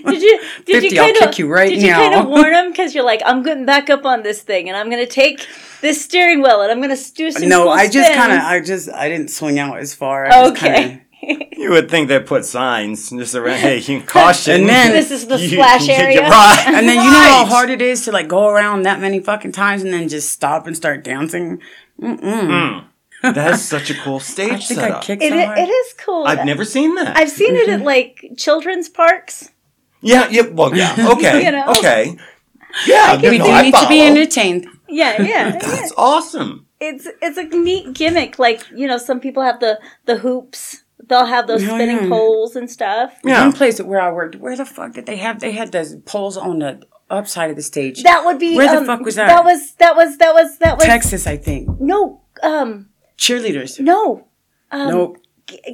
[SPEAKER 2] Did you? Did
[SPEAKER 5] 50,
[SPEAKER 2] you
[SPEAKER 5] I'll
[SPEAKER 2] kind of?
[SPEAKER 5] kick you right
[SPEAKER 2] did
[SPEAKER 5] now.
[SPEAKER 2] you kind of warn him because you're like, I'm getting back up on this thing, and I'm going to take this steering wheel, and I'm going to do some.
[SPEAKER 5] no,
[SPEAKER 2] cool
[SPEAKER 5] I just
[SPEAKER 2] spins."
[SPEAKER 5] kind of, I just, I didn't swing out as far. I just
[SPEAKER 2] Okay.
[SPEAKER 5] kinda-
[SPEAKER 3] you would think they put signs just around, hey, you caution.
[SPEAKER 5] And then-
[SPEAKER 2] This is the
[SPEAKER 3] You-
[SPEAKER 2] splash
[SPEAKER 3] you- you're
[SPEAKER 2] area.
[SPEAKER 3] right.
[SPEAKER 5] And then you know how
[SPEAKER 3] Right.
[SPEAKER 5] hard it is to like go around that many fucking times and then just stop and start dancing.
[SPEAKER 3] That's such a cool stage
[SPEAKER 5] I think I
[SPEAKER 3] setup.
[SPEAKER 5] kicked.
[SPEAKER 2] It,
[SPEAKER 5] so
[SPEAKER 2] i-
[SPEAKER 5] hard.
[SPEAKER 2] it is cool.
[SPEAKER 3] I've never seen that.
[SPEAKER 2] I've seen it at like children's parks.
[SPEAKER 3] yeah, yeah, well, yeah, okay,
[SPEAKER 2] You know?
[SPEAKER 3] okay. Yeah,
[SPEAKER 5] we
[SPEAKER 3] no,
[SPEAKER 5] do
[SPEAKER 3] I
[SPEAKER 5] need to be
[SPEAKER 3] follow.
[SPEAKER 5] entertained.
[SPEAKER 2] Yeah, yeah, yeah.
[SPEAKER 3] That's awesome.
[SPEAKER 2] It's it's a neat gimmick. Like you know, some people have the the hoops. They'll have those spinning poles and stuff.
[SPEAKER 3] Yeah.
[SPEAKER 5] One place Oh, where I worked, where the fuck did they have? They had those poles on the upside of the stage.
[SPEAKER 2] That would be
[SPEAKER 5] Where the
[SPEAKER 2] um,
[SPEAKER 5] fuck was that?
[SPEAKER 2] That was that was that was that was
[SPEAKER 5] Texas, I think.
[SPEAKER 2] no um
[SPEAKER 5] Cheerleaders.
[SPEAKER 2] no um,
[SPEAKER 5] Nope.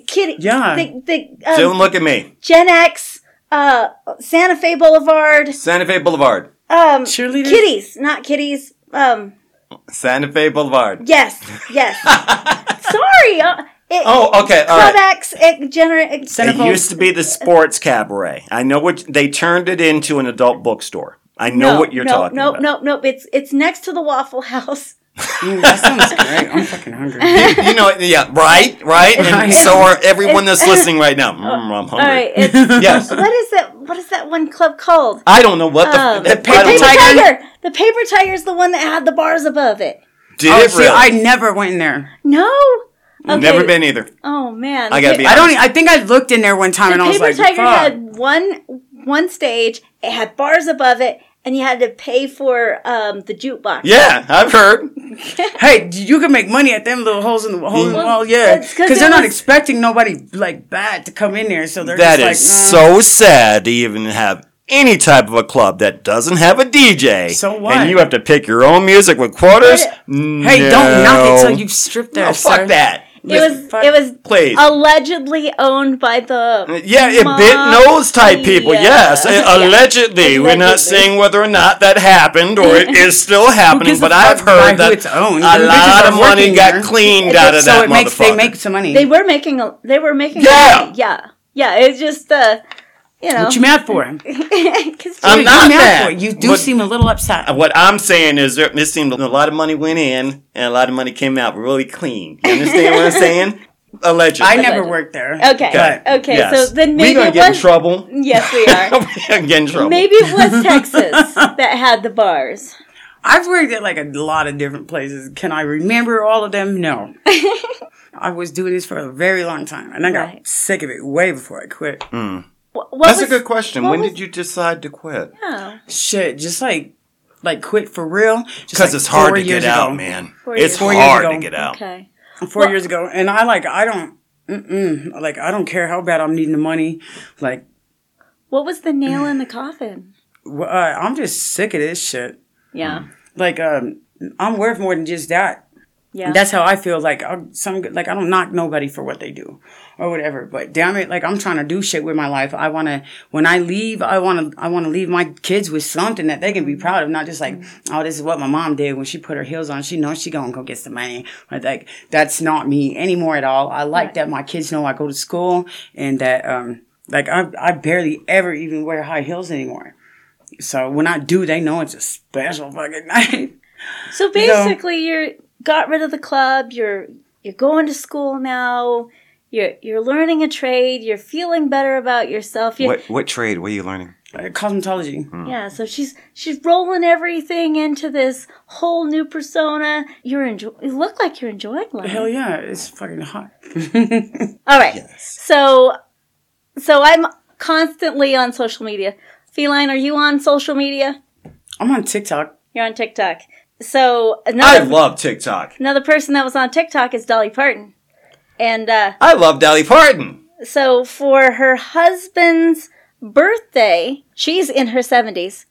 [SPEAKER 2] kitty
[SPEAKER 5] Yeah.
[SPEAKER 2] the, the, um,
[SPEAKER 3] Don't look at me.
[SPEAKER 2] Gen X, uh, Santa Fe Boulevard,
[SPEAKER 3] Santa Fe Boulevard.
[SPEAKER 2] Um,
[SPEAKER 5] Cheerleaders?
[SPEAKER 2] Kitties, not kitties. Um,
[SPEAKER 3] Santa Fe Boulevard.
[SPEAKER 2] yes, yes. Sorry. Uh, it,
[SPEAKER 3] Oh, okay. All
[SPEAKER 2] Club
[SPEAKER 3] right.
[SPEAKER 2] X, it genera-
[SPEAKER 3] It
[SPEAKER 5] Centerfold-
[SPEAKER 3] used to be the sports cabaret. I know what they turned it into an adult bookstore. I know what you're
[SPEAKER 2] no,
[SPEAKER 3] talking
[SPEAKER 2] no,
[SPEAKER 3] about.
[SPEAKER 2] No, no, It's it's next to the Waffle House.
[SPEAKER 5] Mm, that sounds great. I'm fucking hungry.
[SPEAKER 3] You, you know, yeah, right, right. And
[SPEAKER 5] Right.
[SPEAKER 3] so are everyone that's listening right now. Mm, I'm hungry.
[SPEAKER 2] All right. It's,
[SPEAKER 3] Yes.
[SPEAKER 2] what is that? What is that one club called?
[SPEAKER 3] I don't know what the,
[SPEAKER 5] Oh.
[SPEAKER 2] Um,
[SPEAKER 3] I
[SPEAKER 2] the
[SPEAKER 3] don't
[SPEAKER 2] paper
[SPEAKER 3] know.
[SPEAKER 2] tiger. The paper tiger is the one that had the bars above it.
[SPEAKER 3] Did
[SPEAKER 5] Oh,
[SPEAKER 3] it
[SPEAKER 5] see,
[SPEAKER 3] really?
[SPEAKER 5] I never went in there.
[SPEAKER 2] No. Okay.
[SPEAKER 3] Never been either.
[SPEAKER 2] Oh man.
[SPEAKER 3] I gotta
[SPEAKER 2] The
[SPEAKER 3] be
[SPEAKER 2] pa-
[SPEAKER 5] I don't. e, I think I looked in there one time and I was
[SPEAKER 2] Paper
[SPEAKER 5] like,
[SPEAKER 2] tiger
[SPEAKER 5] "Fuck."
[SPEAKER 2] had one one stage. It had bars above it, and you had to pay for um, the jukebox.
[SPEAKER 3] Yeah, I've heard.
[SPEAKER 5] "Hey, you can make money at them little holes in the hole in the
[SPEAKER 2] Mm. Well,
[SPEAKER 5] wall." Yeah,
[SPEAKER 2] it's 'cause
[SPEAKER 5] because they're
[SPEAKER 2] it
[SPEAKER 5] not
[SPEAKER 2] was-
[SPEAKER 5] expecting nobody like bad to come in there, so they're
[SPEAKER 3] That is
[SPEAKER 5] just like, uh,
[SPEAKER 3] so sad to even have any type of a club that doesn't have a DJ.
[SPEAKER 5] So what?
[SPEAKER 3] And you have to pick your own music with quarters.
[SPEAKER 5] "Mm, "Hey, don't knock it till you strip
[SPEAKER 3] No,
[SPEAKER 5] there."
[SPEAKER 3] fuck
[SPEAKER 5] sir." Oh,
[SPEAKER 3] that.
[SPEAKER 2] It was
[SPEAKER 5] Fuck.
[SPEAKER 2] it was
[SPEAKER 3] Please.
[SPEAKER 2] allegedly owned by the
[SPEAKER 3] yeah, it bit nose type people. Yes,
[SPEAKER 2] Yeah.
[SPEAKER 3] allegedly. We're not
[SPEAKER 2] Allegedly.
[SPEAKER 3] saying whether or not that happened or it is still happening,
[SPEAKER 5] gives a
[SPEAKER 3] but I've
[SPEAKER 5] fuck by
[SPEAKER 3] heard
[SPEAKER 5] who
[SPEAKER 3] that
[SPEAKER 5] it's owned?
[SPEAKER 3] a
[SPEAKER 5] The bitches
[SPEAKER 3] lot
[SPEAKER 5] are
[SPEAKER 3] of money
[SPEAKER 5] working
[SPEAKER 3] got
[SPEAKER 5] there.
[SPEAKER 3] cleaned out of
[SPEAKER 5] so
[SPEAKER 3] that
[SPEAKER 5] it makes
[SPEAKER 3] motherfucker.
[SPEAKER 5] they make some money.
[SPEAKER 2] they were making a they were making
[SPEAKER 3] Yeah.
[SPEAKER 2] money. yeah yeah it's just uh you know
[SPEAKER 5] what you mad for? What you
[SPEAKER 2] 'cause
[SPEAKER 3] I'm
[SPEAKER 5] mad
[SPEAKER 3] not mad.
[SPEAKER 5] for? You do
[SPEAKER 3] But-
[SPEAKER 5] seem a little upset.
[SPEAKER 3] what I'm saying is, there, it seemed a lot of money went in and a lot of money came out really clean. You understand what I'm saying? Allegedly.
[SPEAKER 5] I never worked there.
[SPEAKER 2] Okay.
[SPEAKER 5] but-
[SPEAKER 2] Okay. So then maybe
[SPEAKER 3] we're gonna
[SPEAKER 2] it
[SPEAKER 3] get
[SPEAKER 2] was-
[SPEAKER 3] in trouble.
[SPEAKER 2] Yes, we are.
[SPEAKER 3] we're gonna get in trouble.
[SPEAKER 2] Maybe it was Texas that had the bars.
[SPEAKER 5] I've worked at like a lot of different places. Can I remember all of them? No. I was doing this for a very long time, and I got
[SPEAKER 2] Right.
[SPEAKER 5] sick of it way before I quit.
[SPEAKER 2] Wh- What
[SPEAKER 3] That's
[SPEAKER 2] was,
[SPEAKER 3] a good question.
[SPEAKER 2] what
[SPEAKER 3] When
[SPEAKER 2] was-
[SPEAKER 3] did you decide to quit?
[SPEAKER 2] Oh,
[SPEAKER 5] Shit, just like, like quit for real. Because
[SPEAKER 3] Because it's hard to get out, man.
[SPEAKER 2] years
[SPEAKER 3] It's
[SPEAKER 2] ago. Four
[SPEAKER 5] years
[SPEAKER 3] hard
[SPEAKER 5] ago.
[SPEAKER 3] to get out.
[SPEAKER 2] okay.
[SPEAKER 5] Four years ago, and I like, I don't, mm-mm, like, I don't care how bad I'm needing the money. Like,
[SPEAKER 2] What was the nail in the coffin?
[SPEAKER 5] wh- uh, I'm just sick of this shit.
[SPEAKER 2] Yeah.
[SPEAKER 5] Like, um, I'm worth more than just that.
[SPEAKER 2] Yeah.
[SPEAKER 5] That's how I feel. Like I'm some like I don't knock nobody for what they do or whatever. But damn it, like I'm trying to do shit with my life. I want to when I leave, I want to I want to leave my kids with something that they can be proud of, not just like oh this is what my mom did when she put her heels on. She knows she gonna go get some money. But like that's not me anymore at all. I like that my kids know I go to school and that um like I I barely ever even wear high heels anymore. So when I do, they know it's a special fucking night.
[SPEAKER 2] so basically, you're got rid of the club. You're you're going to school now. You're you're learning a trade. You're feeling better about yourself. You're,
[SPEAKER 3] what trade? What are you learning?
[SPEAKER 5] Uh, Cosmetology.
[SPEAKER 3] Mm-hmm.
[SPEAKER 2] Yeah. So she's she's rolling everything into this whole new persona. You're enjoy. You look like you're enjoying life.
[SPEAKER 5] Hell yeah, it's fucking hot.
[SPEAKER 2] All right. So, so I'm constantly on social media. Feline, are you on social media?
[SPEAKER 5] I'm on TikTok.
[SPEAKER 2] You're on TikTok. So
[SPEAKER 3] I
[SPEAKER 2] another
[SPEAKER 3] love TikTok.
[SPEAKER 2] another person that was on TikTok is Dolly Parton, and uh,
[SPEAKER 3] I love Dolly Parton.
[SPEAKER 2] so for her husband's birthday, she's in her seventies.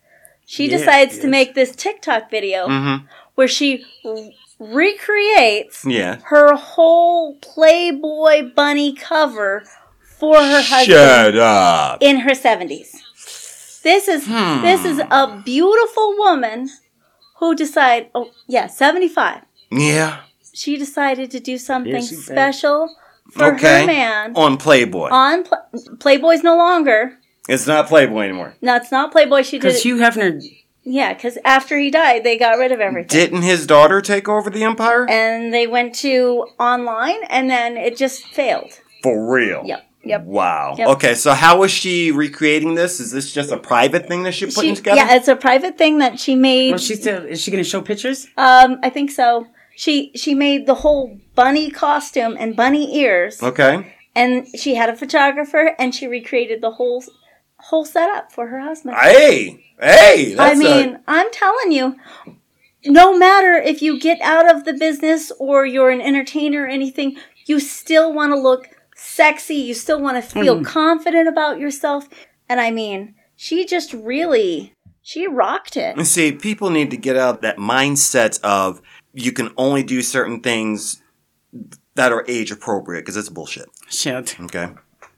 [SPEAKER 2] She
[SPEAKER 5] Yeah,
[SPEAKER 2] decides to
[SPEAKER 5] yes. Mm.
[SPEAKER 2] make this TikTok video where she re- recreates
[SPEAKER 3] Mm-hmm.
[SPEAKER 5] Mm.
[SPEAKER 3] Yeah.
[SPEAKER 2] her whole Playboy bunny cover for her husband.
[SPEAKER 3] Shut up.
[SPEAKER 2] in her 70s. This is
[SPEAKER 5] Hmm.
[SPEAKER 2] this is a beautiful woman who decided oh yeah, 75.
[SPEAKER 3] Yeah.
[SPEAKER 2] She decided to do something
[SPEAKER 5] Yes, she did.
[SPEAKER 2] special for
[SPEAKER 3] okay.
[SPEAKER 2] her man
[SPEAKER 3] On Playboy.
[SPEAKER 2] on Pla- Playboy's no longer.
[SPEAKER 3] it's not Playboy anymore.
[SPEAKER 2] No, it's not Playboy. She did
[SPEAKER 5] Because
[SPEAKER 2] it.
[SPEAKER 5] Hugh Hefner,
[SPEAKER 2] yeah, cuz after he died, they got rid of everything.
[SPEAKER 3] Didn't his daughter take over the empire?
[SPEAKER 2] and they went to online and then it just failed.
[SPEAKER 3] For real.
[SPEAKER 2] Yep. Yep.
[SPEAKER 3] Wow.
[SPEAKER 2] Yep.
[SPEAKER 3] Okay, so how is she recreating this? Is this just a private thing that she's putting
[SPEAKER 2] She,
[SPEAKER 3] together?
[SPEAKER 2] yeah, it's a private thing that she made.
[SPEAKER 5] well, she still is she gonna show pictures?
[SPEAKER 2] Um, I think so. She she made the whole bunny costume and bunny ears,
[SPEAKER 3] Okay.
[SPEAKER 2] and she had a photographer, and she recreated the whole whole setup for her husband. I,
[SPEAKER 3] Hey, hey. That's a-
[SPEAKER 2] mean, i I'm telling you, no matter if you get out of the business or you're an entertainer or anything, you still want to look sexy. You still want to feel
[SPEAKER 3] Mm-hmm.
[SPEAKER 2] confident about yourself. And I mean, she just really she rocked it.
[SPEAKER 3] And see, people need to get out that mindset of you can only do certain things that are age appropriate because it's bullshit.
[SPEAKER 5] Shit.
[SPEAKER 3] Okay.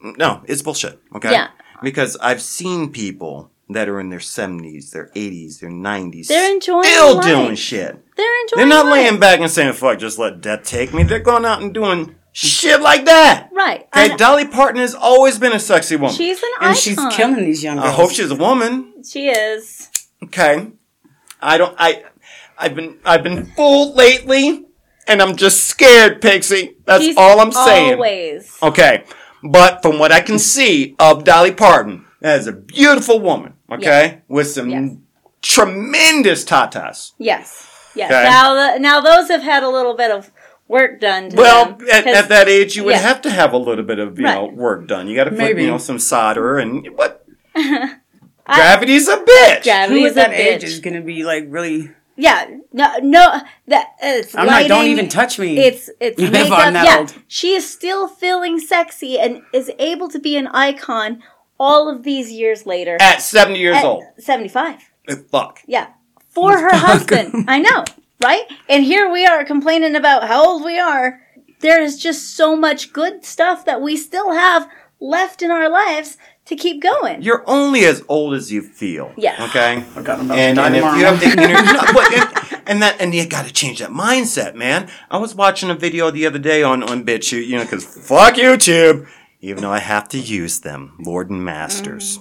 [SPEAKER 3] No, it's bullshit. Okay.
[SPEAKER 2] Yeah.
[SPEAKER 3] Because I've seen people that are in their 70s, their 80s, their 90s.
[SPEAKER 2] They're enjoying
[SPEAKER 3] Still
[SPEAKER 2] life.
[SPEAKER 3] doing shit.
[SPEAKER 2] They're enjoying.
[SPEAKER 3] They're not
[SPEAKER 2] life.
[SPEAKER 3] laying back and saying, fuck, just let death take me. They're going out and doing shit like that.
[SPEAKER 2] Right.
[SPEAKER 3] Okay,
[SPEAKER 2] And
[SPEAKER 3] Dolly Parton has always been a sexy woman.
[SPEAKER 2] she's an icon.
[SPEAKER 5] And she's killing these young girls.
[SPEAKER 3] I hope she's a woman.
[SPEAKER 2] She is.
[SPEAKER 3] Okay. I don't I I've been I've been fooled lately and I'm just scared, Pixie. That's
[SPEAKER 2] She's
[SPEAKER 3] all I'm saying.
[SPEAKER 2] Always.
[SPEAKER 3] Okay. But from what I can see of Dolly Parton, that is a beautiful woman, okay? With some
[SPEAKER 2] Yes.
[SPEAKER 3] tremendous tatas.
[SPEAKER 2] Yes. Yes.
[SPEAKER 3] Okay.
[SPEAKER 2] Now, the, now those have had a little bit of work done to
[SPEAKER 3] Well,
[SPEAKER 2] them.
[SPEAKER 3] at,
[SPEAKER 2] 'cause-
[SPEAKER 3] at that age, you would
[SPEAKER 2] yeah.
[SPEAKER 3] have to have a little bit of you know
[SPEAKER 2] Right.
[SPEAKER 3] work done. You got to put
[SPEAKER 5] Maybe.
[SPEAKER 3] you know some solder and what? Gravity's a bitch.
[SPEAKER 5] Who at
[SPEAKER 2] gravity's a
[SPEAKER 5] that age
[SPEAKER 2] bitch.
[SPEAKER 5] is going to be like really?
[SPEAKER 2] yeah. No. No. That it's
[SPEAKER 5] I'm like, don't
[SPEAKER 2] lighting,
[SPEAKER 5] even touch me.
[SPEAKER 2] It's it's
[SPEAKER 5] If
[SPEAKER 2] makeup.
[SPEAKER 5] I'm that
[SPEAKER 2] yeah,
[SPEAKER 5] old.
[SPEAKER 2] she is still feeling sexy and is able to be an icon all of these years later.
[SPEAKER 3] At seventy years
[SPEAKER 2] At
[SPEAKER 3] old,
[SPEAKER 2] seventy-five.
[SPEAKER 3] fuck.
[SPEAKER 2] Yeah, for her husband. I know, right? And here we are complaining about how old we are. There is just so much good stuff that we still have left in our lives to keep going.
[SPEAKER 3] You're only as old as you feel.
[SPEAKER 2] Yes.
[SPEAKER 3] Okay.
[SPEAKER 5] I got another
[SPEAKER 3] And, and if
[SPEAKER 5] tomorrow.
[SPEAKER 3] you have the energy, no, but if- and that and you got to change that mindset, man. I was watching a video the other day on on BitChute, you know, because fuck YouTube. Even though I have to use them, Lord and Masters.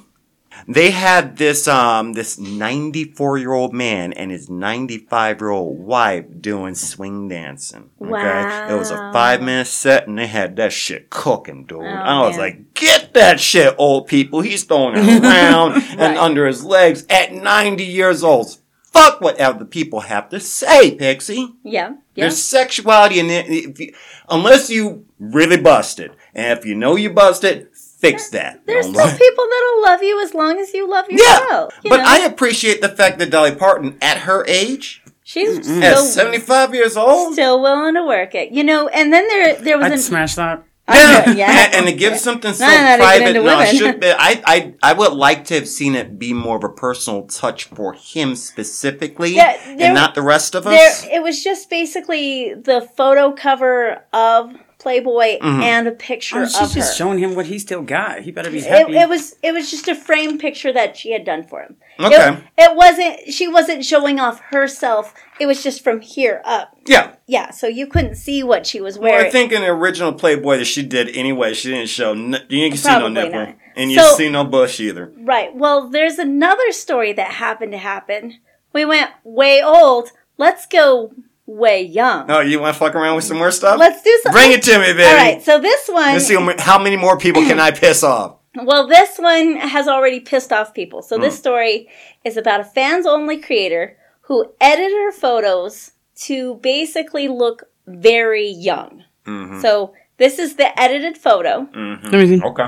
[SPEAKER 3] They had this um this 94 year old man and his 95 year old wife doing swing dancing. Okay, it was a
[SPEAKER 2] Wow.
[SPEAKER 3] five minute set and they had that shit cooking, dude. I was
[SPEAKER 2] Oh, man.
[SPEAKER 3] like, get that shit, old people. He's throwing it around and under his legs at 90 years old. Fuck what other people have to say, Pixie.
[SPEAKER 2] yeah, yeah,
[SPEAKER 3] There's sexuality in it. If you, unless you really busted, and if you know you busted, fix that.
[SPEAKER 2] There's
[SPEAKER 3] Don't
[SPEAKER 2] still
[SPEAKER 3] let-
[SPEAKER 2] people that'll love you as long as you love
[SPEAKER 3] yeah,
[SPEAKER 2] yourself. you
[SPEAKER 3] but
[SPEAKER 2] know?
[SPEAKER 3] I appreciate the fact that Dolly Parton, at her age,
[SPEAKER 2] she's
[SPEAKER 3] at
[SPEAKER 2] still,
[SPEAKER 3] 75 years
[SPEAKER 5] Oh.
[SPEAKER 3] old,
[SPEAKER 2] still willing to work it. You know, and then there there was
[SPEAKER 5] I'd
[SPEAKER 2] an
[SPEAKER 5] smash that.
[SPEAKER 2] I know,
[SPEAKER 3] yeah, and, and to give something so
[SPEAKER 2] No, no, to get
[SPEAKER 3] private,
[SPEAKER 2] into
[SPEAKER 3] no, it
[SPEAKER 2] women.
[SPEAKER 3] should be, I, I, I would like to have seen it be more of a personal touch for him specifically,
[SPEAKER 2] Yeah, there-
[SPEAKER 3] and not the rest of
[SPEAKER 2] there
[SPEAKER 3] us.
[SPEAKER 2] it was just basically the photo cover of Playboy
[SPEAKER 3] Mm-hmm.
[SPEAKER 2] and a picture
[SPEAKER 5] Oh,
[SPEAKER 2] of
[SPEAKER 5] she's
[SPEAKER 2] her.
[SPEAKER 5] just showing him what he still got. He better be
[SPEAKER 2] it,
[SPEAKER 5] happy.
[SPEAKER 2] it was it was just a framed picture that she had done for him. It-
[SPEAKER 3] Okay.
[SPEAKER 2] It, wasn't she wasn't showing off herself. It was just from here up.
[SPEAKER 3] yeah.
[SPEAKER 2] Yeah, so you couldn't see what she was
[SPEAKER 3] Well,
[SPEAKER 2] wearing.
[SPEAKER 3] I think in the original Playboy that she did anyway, she didn't show. N- you didn't see no
[SPEAKER 2] Probably
[SPEAKER 3] nipple,
[SPEAKER 2] not.
[SPEAKER 3] and you didn't
[SPEAKER 2] So-
[SPEAKER 3] see no bush either.
[SPEAKER 2] right. Well, there's another story that happened to happen. We went way old. Let's go way young.
[SPEAKER 3] Oh, you want to fuck around with some more stuff?
[SPEAKER 2] Let's do some-
[SPEAKER 3] Bring it to me, baby.
[SPEAKER 2] All right. So this one
[SPEAKER 3] Let's see how many- how many more people can I piss off.
[SPEAKER 2] Well, this one has already pissed off people. So
[SPEAKER 3] Hmm.
[SPEAKER 2] this story is about a fans only creator who edited her photos to basically look very young.
[SPEAKER 3] Hmm.
[SPEAKER 2] So this is the edited photo.
[SPEAKER 5] Let me see.
[SPEAKER 3] Okay.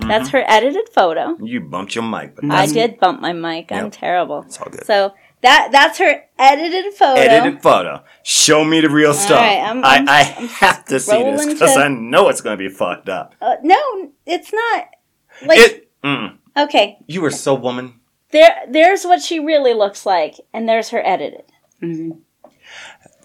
[SPEAKER 2] That's her edited photo.
[SPEAKER 3] You bumped your mic, but
[SPEAKER 2] I
[SPEAKER 5] Mm-hmm.
[SPEAKER 3] Mm-hmm. that's
[SPEAKER 2] did bump my mic. I'm
[SPEAKER 3] Yep.
[SPEAKER 2] terrible.
[SPEAKER 3] It's all good.
[SPEAKER 2] So that that's her edited photo.
[SPEAKER 3] edited photo. Show me the real stuff.
[SPEAKER 2] right, I'm-
[SPEAKER 3] I,
[SPEAKER 2] I'm-
[SPEAKER 3] I have to see this
[SPEAKER 2] scrolling
[SPEAKER 3] because
[SPEAKER 2] to-
[SPEAKER 3] I know it's going to be fucked up.
[SPEAKER 2] Uh, no, it's not. Like
[SPEAKER 3] It. Mm,
[SPEAKER 2] okay,
[SPEAKER 3] you were so woman.
[SPEAKER 2] there there's what she really looks like and there's her edited.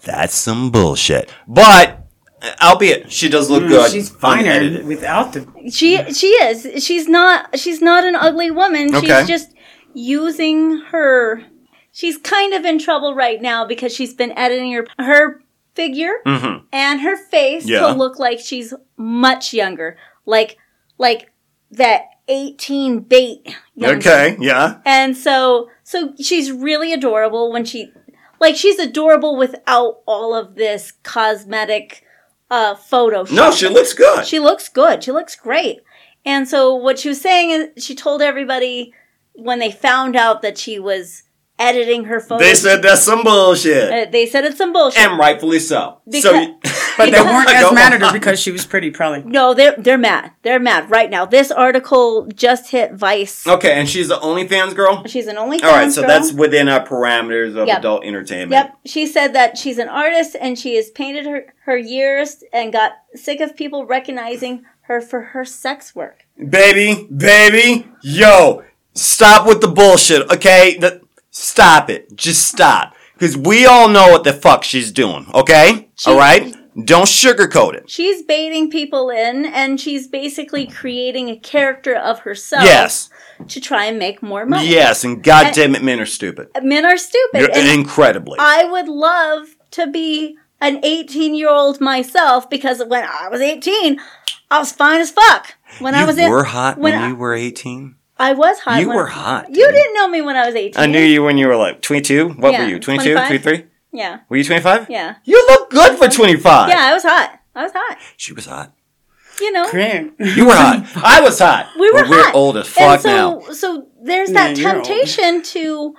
[SPEAKER 3] That's some bullshit. But uh, albeit she does look good.
[SPEAKER 5] Mm-hmm. Mm, She's finer
[SPEAKER 3] unedited.
[SPEAKER 5] without the.
[SPEAKER 2] She she is. She's not she's not an ugly woman.
[SPEAKER 3] Okay.
[SPEAKER 2] She's just using her she's kind of in trouble right now because she's been editing her her figure
[SPEAKER 3] Mm-hmm.
[SPEAKER 2] and her face
[SPEAKER 3] Yeah.
[SPEAKER 2] to look like she's much younger. Like like that 18 bait younger.
[SPEAKER 3] Okay. Yeah.
[SPEAKER 2] And so so she's really adorable when she like she's adorable without all of this cosmetic uh photo
[SPEAKER 3] No, she looks good.
[SPEAKER 2] she looks good. She looks great. And so what she was saying is she told everybody when they found out that she was editing her photos.
[SPEAKER 3] they said that's some bullshit,
[SPEAKER 2] uh, they said it's some bullshit.
[SPEAKER 3] and rightfully so.
[SPEAKER 2] Because-
[SPEAKER 3] so,
[SPEAKER 5] But they
[SPEAKER 2] Because-
[SPEAKER 5] weren't as
[SPEAKER 3] Go
[SPEAKER 5] mad at her
[SPEAKER 3] on.
[SPEAKER 5] because she was pretty, probably.
[SPEAKER 2] no, they're they're mad. They're mad right now. This article just hit Vice.
[SPEAKER 3] okay, and she's the OnlyFans girl.
[SPEAKER 2] She's an OnlyFans.
[SPEAKER 3] All right, so
[SPEAKER 2] girl.
[SPEAKER 3] that's within our parameters of
[SPEAKER 2] Yep.
[SPEAKER 3] adult entertainment.
[SPEAKER 2] Yep, she said that she's an artist and she has painted her, her years and got sick of people recognizing her for her sex work.
[SPEAKER 3] baby, baby, yo, stop with the bullshit, okay? The, stop it. Just stop. Because we all know what the fuck she's doing, okay? all right? Don't sugarcoat it.
[SPEAKER 2] She's baiting people in and she's basically creating a character of herself
[SPEAKER 3] Yes.
[SPEAKER 2] to try and make more money.
[SPEAKER 3] Yes, and goddamn it, men are stupid.
[SPEAKER 2] Men are stupid.
[SPEAKER 3] You're-
[SPEAKER 2] and
[SPEAKER 3] incredibly.
[SPEAKER 2] I would love to be an 18 year old myself because when I was 18, I was fine as fuck. When I
[SPEAKER 3] you
[SPEAKER 2] was in,
[SPEAKER 3] were hot when,
[SPEAKER 2] I,
[SPEAKER 3] you were 18?
[SPEAKER 2] I was hot.
[SPEAKER 3] you
[SPEAKER 2] when-
[SPEAKER 3] were hot.
[SPEAKER 2] You didn't know me when I was 18.
[SPEAKER 3] I knew you when you were like 22. What
[SPEAKER 2] Yeah,
[SPEAKER 3] were you? 22,
[SPEAKER 2] 25?
[SPEAKER 3] 23?
[SPEAKER 2] Yeah,
[SPEAKER 3] Were you 25?
[SPEAKER 2] yeah,
[SPEAKER 3] You look good for 25.
[SPEAKER 2] yeah. I was hot. I was hot.
[SPEAKER 3] She was hot.
[SPEAKER 2] You know.
[SPEAKER 5] Cramp.
[SPEAKER 3] You were hot. I was hot.
[SPEAKER 2] We were
[SPEAKER 3] But we're
[SPEAKER 2] hot.
[SPEAKER 3] old as
[SPEAKER 2] and
[SPEAKER 3] fuck
[SPEAKER 2] so,
[SPEAKER 3] now.
[SPEAKER 2] so there's
[SPEAKER 5] Yeah,
[SPEAKER 2] that
[SPEAKER 5] you're old.
[SPEAKER 2] temptation to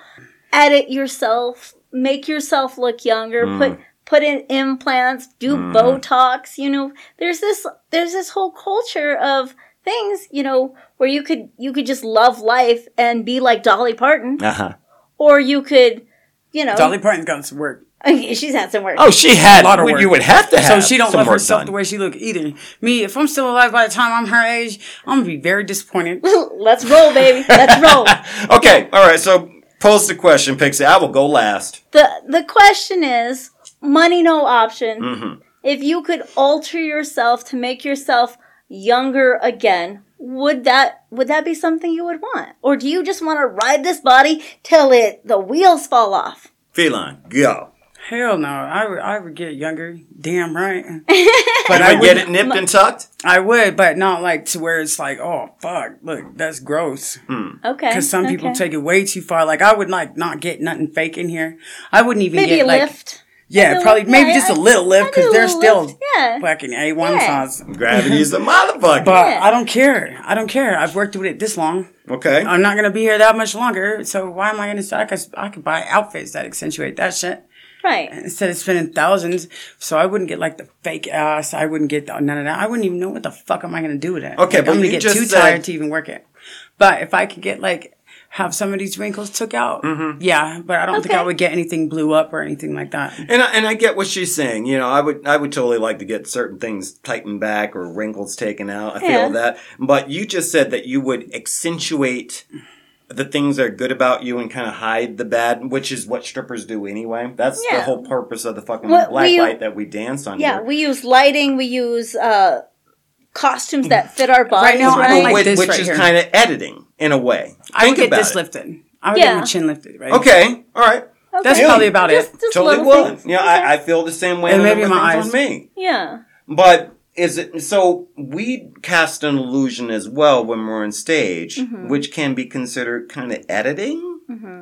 [SPEAKER 2] edit yourself, make yourself look younger,
[SPEAKER 3] Hmm.
[SPEAKER 2] put put in implants, do Botox. You know, there's this there's this whole culture of things. You know, where you could you could just love life and be like Dolly Parton,
[SPEAKER 3] Uh huh.
[SPEAKER 2] or you could, you know,
[SPEAKER 5] Dolly Parton's got some work.
[SPEAKER 2] she's had some work.
[SPEAKER 3] Oh, she had.
[SPEAKER 5] lot of
[SPEAKER 3] well,
[SPEAKER 5] work.
[SPEAKER 3] You would have to
[SPEAKER 5] So
[SPEAKER 3] have.
[SPEAKER 5] she don't
[SPEAKER 3] some
[SPEAKER 5] love
[SPEAKER 3] work
[SPEAKER 5] herself
[SPEAKER 3] done.
[SPEAKER 5] the way she look either. Me, if I'm still alive by the time I'm her age, I'm gonna be very disappointed.
[SPEAKER 2] Let's roll, baby. Let's roll.
[SPEAKER 3] Okay, all right. So pose the question, Pixie. I will go last.
[SPEAKER 2] the the question is money no option if you could alter yourself to make yourself younger again would that would that be something you would want or do you just want to ride this body till it the wheels fall off
[SPEAKER 3] Feline, go.
[SPEAKER 5] Hell no, I would, I would get younger. Damn right.
[SPEAKER 3] But I get it nipped and tucked.
[SPEAKER 5] I would, but not like to where it's like, oh fuck, look, that's gross.
[SPEAKER 2] okay
[SPEAKER 5] Because some people
[SPEAKER 2] Mm. okay.
[SPEAKER 5] take it way too far. Like I would like not get nothing fake in here. I wouldn't even
[SPEAKER 2] maybe a
[SPEAKER 5] get like
[SPEAKER 2] lift
[SPEAKER 5] yeah,
[SPEAKER 2] A
[SPEAKER 5] probably
[SPEAKER 2] lift,
[SPEAKER 5] maybe
[SPEAKER 2] yeah,
[SPEAKER 5] just a
[SPEAKER 2] I-
[SPEAKER 5] little lift
[SPEAKER 2] I do
[SPEAKER 5] because
[SPEAKER 2] a
[SPEAKER 5] they're
[SPEAKER 2] little
[SPEAKER 5] still
[SPEAKER 2] lift, yeah.
[SPEAKER 5] fucking a one
[SPEAKER 2] Yeah.
[SPEAKER 5] size.
[SPEAKER 3] Gravity's a motherfucker.
[SPEAKER 5] But
[SPEAKER 2] Yeah.
[SPEAKER 5] I don't care. I don't care. I've worked with it this long.
[SPEAKER 3] okay.
[SPEAKER 5] I'm not gonna be here that much longer. So why am I gonna? I could I could buy outfits that accentuate that shit
[SPEAKER 2] right
[SPEAKER 5] instead of spending thousands. So I wouldn't get like the fake ass. I wouldn't get the, none of that. I wouldn't even know what the fuck am I going to do with it.
[SPEAKER 3] Okay,
[SPEAKER 5] Like,
[SPEAKER 3] but
[SPEAKER 5] I'm gonna
[SPEAKER 3] you
[SPEAKER 5] get
[SPEAKER 3] just
[SPEAKER 5] too
[SPEAKER 3] said-
[SPEAKER 5] tired to even work it. But if I could get like have some of these wrinkles took out,
[SPEAKER 3] Mm-hmm.
[SPEAKER 5] yeah. But I don't think
[SPEAKER 2] Okay.
[SPEAKER 5] I would get anything blew up or anything like that.
[SPEAKER 3] And I, and I get what she's saying. You know, I would I would totally like to get certain things tightened back or wrinkles taken out. I feel
[SPEAKER 2] Yeah.
[SPEAKER 3] that. But you just said that you would accentuate the things that are good about you and kind of hide the bad, which is what strippers do anyway. That's the
[SPEAKER 2] Yeah.
[SPEAKER 3] whole purpose of the fucking
[SPEAKER 2] What
[SPEAKER 3] black
[SPEAKER 2] we-
[SPEAKER 3] light that we dance on.
[SPEAKER 2] yeah
[SPEAKER 3] here.
[SPEAKER 2] we use lighting we use uh costumes that fit our bodies right,
[SPEAKER 5] now, I don't like
[SPEAKER 3] Whi-
[SPEAKER 5] this
[SPEAKER 3] which
[SPEAKER 5] right
[SPEAKER 3] is
[SPEAKER 5] here.
[SPEAKER 3] kind of editing in a way.
[SPEAKER 5] I would
[SPEAKER 3] Think
[SPEAKER 5] get
[SPEAKER 3] about
[SPEAKER 5] this
[SPEAKER 3] it.
[SPEAKER 5] lifted. I would
[SPEAKER 2] Yeah.
[SPEAKER 5] get my chin lifted, right?
[SPEAKER 3] Okay, all right.
[SPEAKER 5] That's
[SPEAKER 2] Okay.
[SPEAKER 5] probably about it.
[SPEAKER 2] Just- just
[SPEAKER 3] totally
[SPEAKER 2] little
[SPEAKER 3] would.
[SPEAKER 2] things.
[SPEAKER 3] Yeah,
[SPEAKER 2] Okay.
[SPEAKER 3] I, I feel the same way.
[SPEAKER 5] And
[SPEAKER 3] on
[SPEAKER 5] maybe
[SPEAKER 3] other
[SPEAKER 5] my
[SPEAKER 3] things on
[SPEAKER 5] eyes.
[SPEAKER 3] me.
[SPEAKER 2] yeah
[SPEAKER 3] But is it so? We cast an illusion as well when we're on stage,
[SPEAKER 5] Mm-hmm.
[SPEAKER 3] which can be considered kind of editing.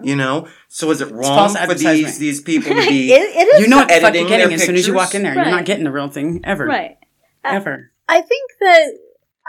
[SPEAKER 3] You know, so is it wrong
[SPEAKER 5] false
[SPEAKER 3] for these
[SPEAKER 5] advertising.
[SPEAKER 3] these people to
[SPEAKER 2] it,
[SPEAKER 3] be?
[SPEAKER 2] it is
[SPEAKER 5] You know what the fuck
[SPEAKER 3] Editing
[SPEAKER 5] you're getting
[SPEAKER 3] their
[SPEAKER 5] as soon as you walk in there.
[SPEAKER 2] Right.
[SPEAKER 5] You're not getting the real thing ever,
[SPEAKER 2] right
[SPEAKER 5] ever.
[SPEAKER 2] I think that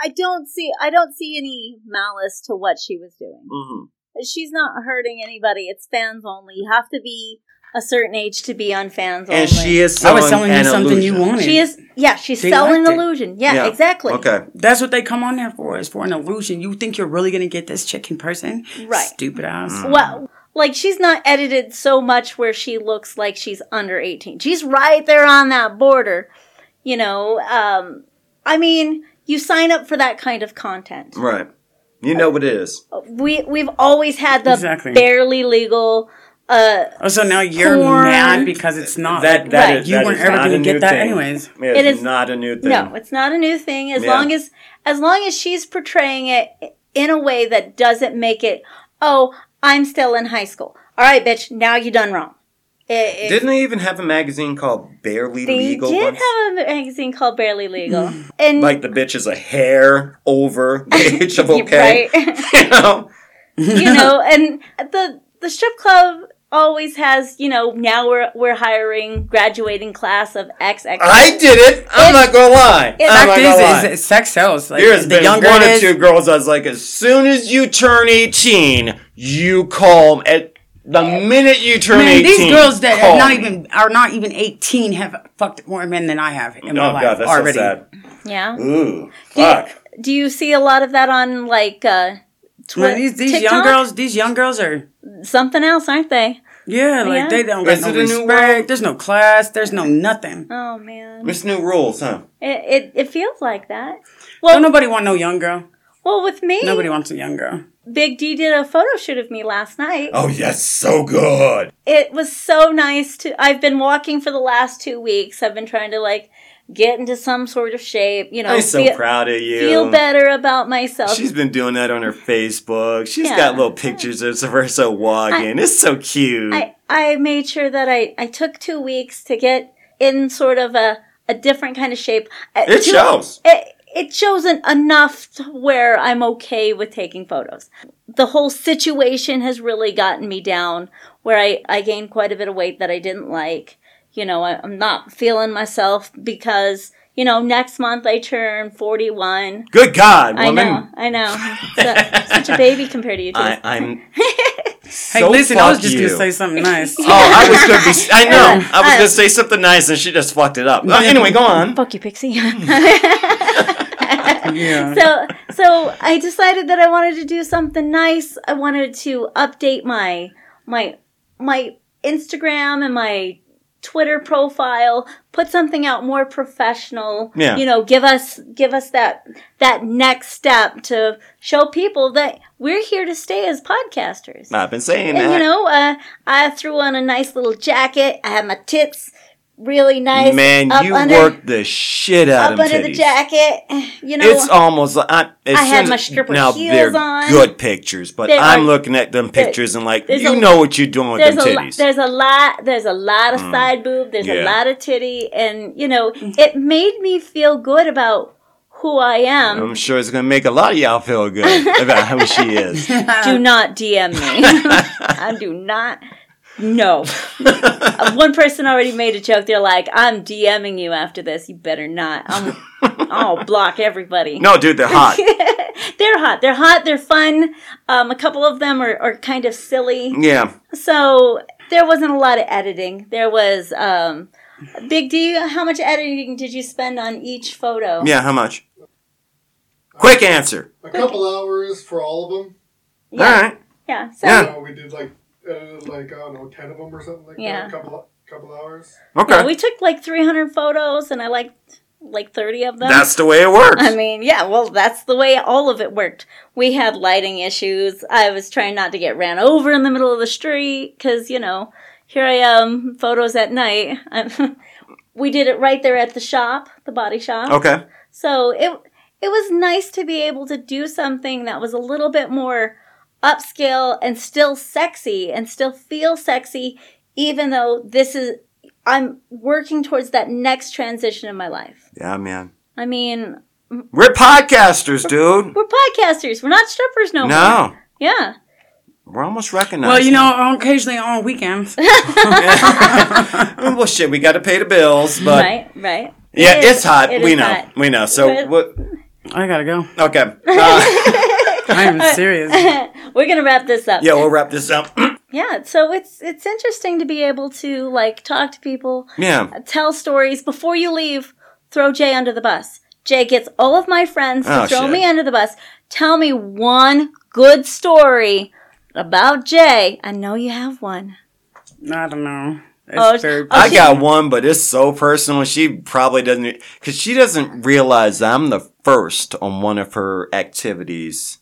[SPEAKER 2] I don't see I don't see any malice to what she was doing.
[SPEAKER 3] Mhm.
[SPEAKER 2] She's not hurting anybody. It's fans only. You have to be a certain age to be on fans
[SPEAKER 3] And
[SPEAKER 2] only.
[SPEAKER 3] she is.
[SPEAKER 5] I
[SPEAKER 3] Selling
[SPEAKER 5] was selling
[SPEAKER 3] an
[SPEAKER 5] you something you
[SPEAKER 3] illusion.
[SPEAKER 5] wanted.
[SPEAKER 2] She is yeah, she's
[SPEAKER 5] They
[SPEAKER 2] selling
[SPEAKER 5] liked it.
[SPEAKER 2] illusion. Yeah,
[SPEAKER 3] Yeah.
[SPEAKER 2] exactly.
[SPEAKER 3] Okay.
[SPEAKER 5] That's what they come on there for, is for an illusion. You think you're really going to get this chick in person?
[SPEAKER 2] Right.
[SPEAKER 5] Stupid ass.
[SPEAKER 3] Mm.
[SPEAKER 2] Well, like she's not edited so much where she looks like she's under 18. She's right there on that border. You know, um I mean, you sign up for that kind of content.
[SPEAKER 3] Right. You know what it is.
[SPEAKER 2] We we've always had the
[SPEAKER 5] Exactly.
[SPEAKER 2] barely legal uh
[SPEAKER 5] Oh, so now you're
[SPEAKER 2] Porn.
[SPEAKER 5] mad because it's not.
[SPEAKER 3] That that
[SPEAKER 2] Right.
[SPEAKER 3] is-
[SPEAKER 5] Uh, You
[SPEAKER 3] that
[SPEAKER 5] weren't
[SPEAKER 3] is
[SPEAKER 5] ever
[SPEAKER 3] not
[SPEAKER 5] gonna
[SPEAKER 3] a
[SPEAKER 5] get
[SPEAKER 3] new
[SPEAKER 5] that
[SPEAKER 3] thing.
[SPEAKER 5] anyways.
[SPEAKER 3] It,
[SPEAKER 2] It
[SPEAKER 3] is
[SPEAKER 2] is-
[SPEAKER 3] not a new thing.
[SPEAKER 2] No, it's not a new thing. As
[SPEAKER 3] Yeah.
[SPEAKER 2] long as as long as she's portraying it in a way that doesn't make it, oh, I'm still in high school. All right, bitch, now you done wrong. It, it-
[SPEAKER 3] Didn't they even have a magazine called Barely
[SPEAKER 2] they
[SPEAKER 3] Legal?
[SPEAKER 2] did
[SPEAKER 3] once? Mm.
[SPEAKER 2] have a magazine called Barely Legal, and
[SPEAKER 3] like the bitch is a hair over the age of okay.
[SPEAKER 2] right,
[SPEAKER 3] You know?
[SPEAKER 2] you know, and the the strip club always has you know now we're we're hiring graduating class of X X.
[SPEAKER 3] I did it. I'm not gonna lie.
[SPEAKER 2] it's-
[SPEAKER 3] I'm not
[SPEAKER 5] Fact
[SPEAKER 3] gonna lie.
[SPEAKER 5] is, is, is sex sells. Like,
[SPEAKER 3] There's
[SPEAKER 5] the
[SPEAKER 3] been
[SPEAKER 5] younger
[SPEAKER 3] one
[SPEAKER 5] it
[SPEAKER 3] or
[SPEAKER 5] is,
[SPEAKER 3] two girls. I was like, as soon as you turn 18, you call me. at the minute you turn
[SPEAKER 5] man,
[SPEAKER 3] 18.
[SPEAKER 5] these girls that
[SPEAKER 3] call
[SPEAKER 5] are not
[SPEAKER 3] me.
[SPEAKER 5] even are not even eighteen have fucked more men than I have in my
[SPEAKER 3] Oh
[SPEAKER 5] life
[SPEAKER 3] god, that's
[SPEAKER 5] already.
[SPEAKER 3] so sad.
[SPEAKER 2] Yeah.
[SPEAKER 3] Ooh,
[SPEAKER 2] Do you,
[SPEAKER 3] fuck.
[SPEAKER 2] do you see a lot of that on like uh,
[SPEAKER 5] Man,
[SPEAKER 2] Twitter,
[SPEAKER 5] these these
[SPEAKER 2] TikTok?
[SPEAKER 5] young girls, these young girls are
[SPEAKER 2] something else, aren't they?
[SPEAKER 5] Oh, yeah, like
[SPEAKER 2] Yeah.
[SPEAKER 5] they don't got
[SPEAKER 3] Is
[SPEAKER 5] no
[SPEAKER 3] it a new world?
[SPEAKER 5] respect. There's no class. There's no nothing.
[SPEAKER 2] Oh man, it
[SPEAKER 3] It's new rules, huh?
[SPEAKER 2] it, it feels like that.
[SPEAKER 5] Don't nobody want no young girl.
[SPEAKER 2] Well, with me,
[SPEAKER 5] Nobody wants a young girl.
[SPEAKER 2] Big D did a photo shoot of me last night.
[SPEAKER 3] Oh yes, so good.
[SPEAKER 2] It was so nice to. I've been walking for the last two weeks. I've been trying to like get into some sort of shape, you know,
[SPEAKER 3] I'm so
[SPEAKER 2] feel,
[SPEAKER 3] proud of you.
[SPEAKER 2] feel better about myself.
[SPEAKER 3] She's been doing that on her Facebook. She's
[SPEAKER 2] Yeah.
[SPEAKER 3] got little pictures of her so walking. it's so cute.
[SPEAKER 2] I, I made sure that I, I took two weeks to get in sort of a, a different kind of shape. Uh,
[SPEAKER 3] it
[SPEAKER 2] two-
[SPEAKER 3] shows.
[SPEAKER 2] It, it shows en- enough to where I'm okay with taking photos. The whole situation has really gotten me down where I, I gained quite a bit of weight that I didn't like. You know, I, I'm not feeling myself because, you know, next month I turn 41.
[SPEAKER 3] Good God,
[SPEAKER 2] I
[SPEAKER 3] woman.
[SPEAKER 2] know, I know. So- such a baby compared to you two.
[SPEAKER 3] I, am
[SPEAKER 5] Hey,
[SPEAKER 3] so
[SPEAKER 5] listen, I was
[SPEAKER 3] fuck
[SPEAKER 5] just
[SPEAKER 3] you.
[SPEAKER 5] gonna say something nice.
[SPEAKER 3] Oh, I was gonna be. I know. I was
[SPEAKER 2] I-
[SPEAKER 3] gonna say something nice, and she just fucked it up. Uh, anyway, go on.
[SPEAKER 2] Fuck you, Pixie.
[SPEAKER 5] yeah.
[SPEAKER 2] so so I decided that I wanted to do something nice. I wanted to update my my my Instagram and my Twitter profile, put something out more professional.
[SPEAKER 3] Yeah.
[SPEAKER 2] You know, give us give us that that next step to show people that we're here to stay as podcasters.
[SPEAKER 3] I've been saying
[SPEAKER 2] and
[SPEAKER 3] that.
[SPEAKER 2] you know, uh, I threw on a nice little jacket. I had my tits really nice.
[SPEAKER 3] Man,
[SPEAKER 2] up
[SPEAKER 3] you
[SPEAKER 2] under,
[SPEAKER 3] worked the shit out
[SPEAKER 2] up
[SPEAKER 3] of them
[SPEAKER 2] under the
[SPEAKER 3] titties.
[SPEAKER 2] jacket. You know,
[SPEAKER 3] It's almost like I, as
[SPEAKER 2] I had
[SPEAKER 3] soon
[SPEAKER 2] my
[SPEAKER 3] as-
[SPEAKER 2] stripper
[SPEAKER 3] now,
[SPEAKER 2] heels
[SPEAKER 3] they're
[SPEAKER 2] on.
[SPEAKER 3] Good pictures, but
[SPEAKER 2] They
[SPEAKER 3] I'm
[SPEAKER 2] are-
[SPEAKER 3] looking at them pictures and like
[SPEAKER 2] there's
[SPEAKER 3] you
[SPEAKER 2] a-
[SPEAKER 3] know what you're doing with
[SPEAKER 2] there's
[SPEAKER 3] them
[SPEAKER 2] a lot,
[SPEAKER 3] titties. Mm.
[SPEAKER 2] there's a lot there's a lot of side boob there's a
[SPEAKER 3] Yeah.
[SPEAKER 2] lot of titty and you know it made me feel good about who I am.
[SPEAKER 3] I'm sure it's gonna make a lot of y'all feel good about who she is.
[SPEAKER 2] do not DM me. I do not. No. Uh, One person already made a joke. They're like, "I'm DMing you after this. You better not. I'm, I'll block everybody."
[SPEAKER 3] No, dude, they're hot.
[SPEAKER 2] They're hot. They're hot. They're fun. Um, a couple of them are, are kind of silly.
[SPEAKER 3] Yeah,
[SPEAKER 2] So there wasn't a lot of editing. There was um Big D, how much editing did you spend on each photo?
[SPEAKER 3] yeah. How much? Quick answer.
[SPEAKER 4] A couple hours for all of them.
[SPEAKER 2] Yeah.
[SPEAKER 3] All right.
[SPEAKER 2] yeah. So
[SPEAKER 3] Yeah.
[SPEAKER 4] You know, we did like edited like I don't know ten of them or something like
[SPEAKER 2] Yeah.
[SPEAKER 4] that. A couple couple hours.
[SPEAKER 3] Okay.
[SPEAKER 2] yeah, we took like 300 photos and I liked like 30 of them.
[SPEAKER 3] That's the way it works.
[SPEAKER 2] I mean, yeah, well, that's the way all of it worked. We had lighting issues. I was trying not to get ran over in the middle of the street because, you know, here I am, photos at night. we did it right there at the shop, the body shop.
[SPEAKER 3] okay.
[SPEAKER 2] So it it was nice to be able to do something that was a little bit more upscale and still sexy and still feel sexy even though this is I'm working towards that next transition in my life.
[SPEAKER 3] Yeah, man.
[SPEAKER 2] I mean,
[SPEAKER 3] We're podcasters, dude.
[SPEAKER 2] we're podcasters. We're not strippers no, more.
[SPEAKER 3] No,
[SPEAKER 2] Yeah.
[SPEAKER 3] we're almost recognized.
[SPEAKER 5] Well, you know, on- occasionally on weekends.
[SPEAKER 3] well, shit, we got to pay the bills, but
[SPEAKER 2] right, right.
[SPEAKER 3] yeah,
[SPEAKER 2] It
[SPEAKER 3] it's
[SPEAKER 2] is-
[SPEAKER 3] hot.
[SPEAKER 2] it
[SPEAKER 3] we
[SPEAKER 2] is
[SPEAKER 3] know,
[SPEAKER 2] hot.
[SPEAKER 3] we know. So
[SPEAKER 2] But-
[SPEAKER 3] what?
[SPEAKER 5] I gotta go.
[SPEAKER 3] Okay. Uh,
[SPEAKER 5] I am serious.
[SPEAKER 2] We're going to wrap this up.
[SPEAKER 3] yeah, we'll wrap this up.
[SPEAKER 2] yeah, so it's it's interesting to be able to like talk to people
[SPEAKER 3] yeah.
[SPEAKER 2] tell stories before you leave. Throw Jay under the bus. Jay gets all of my friends to
[SPEAKER 3] Oh,
[SPEAKER 2] throw
[SPEAKER 3] shit.
[SPEAKER 2] me under the bus. Tell me one good story about Jay. I know you have one.
[SPEAKER 5] I don't know. It's
[SPEAKER 2] Oh,
[SPEAKER 5] very.
[SPEAKER 2] oh,
[SPEAKER 3] I got one, but it's so personal. She probably doesn't, because she doesn't realize I'm the first on one of her activities.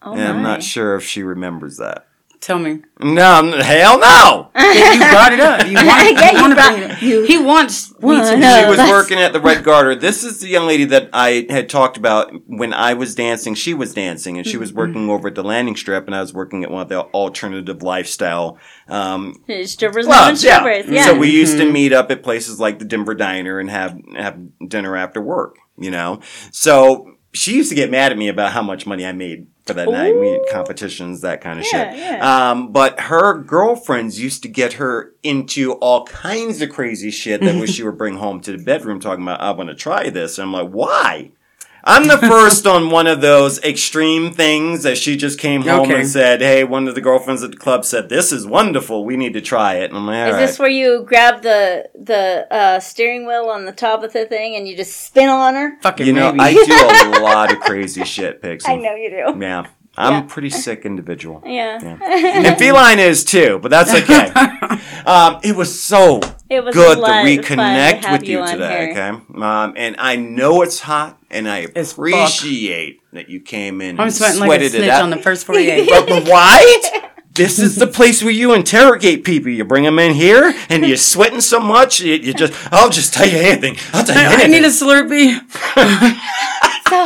[SPEAKER 2] Oh
[SPEAKER 3] and I'm
[SPEAKER 2] my.
[SPEAKER 3] not sure if she remembers that.
[SPEAKER 5] Tell me.
[SPEAKER 3] No, I'm- hell no.
[SPEAKER 5] you brought it up. You want,
[SPEAKER 2] Yeah,
[SPEAKER 5] you
[SPEAKER 2] you
[SPEAKER 5] want to
[SPEAKER 2] brought-
[SPEAKER 5] bring it up. He wants me
[SPEAKER 2] Well,
[SPEAKER 5] to.
[SPEAKER 2] no.
[SPEAKER 3] she was
[SPEAKER 2] that's-
[SPEAKER 3] working at the Red Garter. This is the young lady that I had talked about when I was dancing. She was dancing, and she
[SPEAKER 2] Mm-hmm.
[SPEAKER 3] was working over at the landing strip, and I was working at one of the alternative lifestyle um,
[SPEAKER 2] Strippers loving
[SPEAKER 3] clubs. yeah.
[SPEAKER 2] strippers. Yeah.
[SPEAKER 3] So we used to meet up at places like the Denver Diner and have have dinner after work. You know, so she used to get mad at me about how much money I made for that night. We had competitions, that kind of
[SPEAKER 2] Yeah,
[SPEAKER 3] shit.
[SPEAKER 2] yeah.
[SPEAKER 3] Um, but her girlfriends used to get her into all kinds of crazy shit that was she would bring home to the bedroom talking about I want to try this. And I'm like, why? I'm the first on one of those extreme things that she just came home
[SPEAKER 5] Okay.
[SPEAKER 3] and said, "Hey, one of the girlfriends at the club said this is wonderful. We need to try it." And I'm like,
[SPEAKER 2] Is
[SPEAKER 3] "All
[SPEAKER 2] this
[SPEAKER 3] right."
[SPEAKER 2] where you grab the the uh, steering wheel on the top of the thing and you just spin on her?
[SPEAKER 5] Fucking
[SPEAKER 3] you know,
[SPEAKER 5] maybe.
[SPEAKER 3] I do a lot of crazy shit, Pixie.
[SPEAKER 2] I know you do.
[SPEAKER 3] Yeah, I'm
[SPEAKER 2] Yeah.
[SPEAKER 3] a pretty sick individual,
[SPEAKER 2] Yeah.
[SPEAKER 3] and feline is too, but that's okay. um, it was so
[SPEAKER 2] It was
[SPEAKER 3] good
[SPEAKER 2] a
[SPEAKER 3] to
[SPEAKER 2] lot of fun
[SPEAKER 3] reconnect
[SPEAKER 2] to have
[SPEAKER 3] with
[SPEAKER 2] you,
[SPEAKER 3] you,
[SPEAKER 2] on
[SPEAKER 3] today.
[SPEAKER 2] here.
[SPEAKER 3] Okay, um, and I know it's hot, and I
[SPEAKER 5] It's fuck.
[SPEAKER 3] appreciate that you came in.
[SPEAKER 5] I'm
[SPEAKER 3] and
[SPEAKER 5] sweating like a
[SPEAKER 3] sweated it
[SPEAKER 5] snitch
[SPEAKER 3] out.
[SPEAKER 5] on the first 48.
[SPEAKER 3] But what? this is the place where you interrogate people. You bring them in here, and you're sweating so much, you, you just, I'll just tell you anything. I'll tell you
[SPEAKER 5] I
[SPEAKER 3] anything.
[SPEAKER 5] need a Slurpee.
[SPEAKER 2] so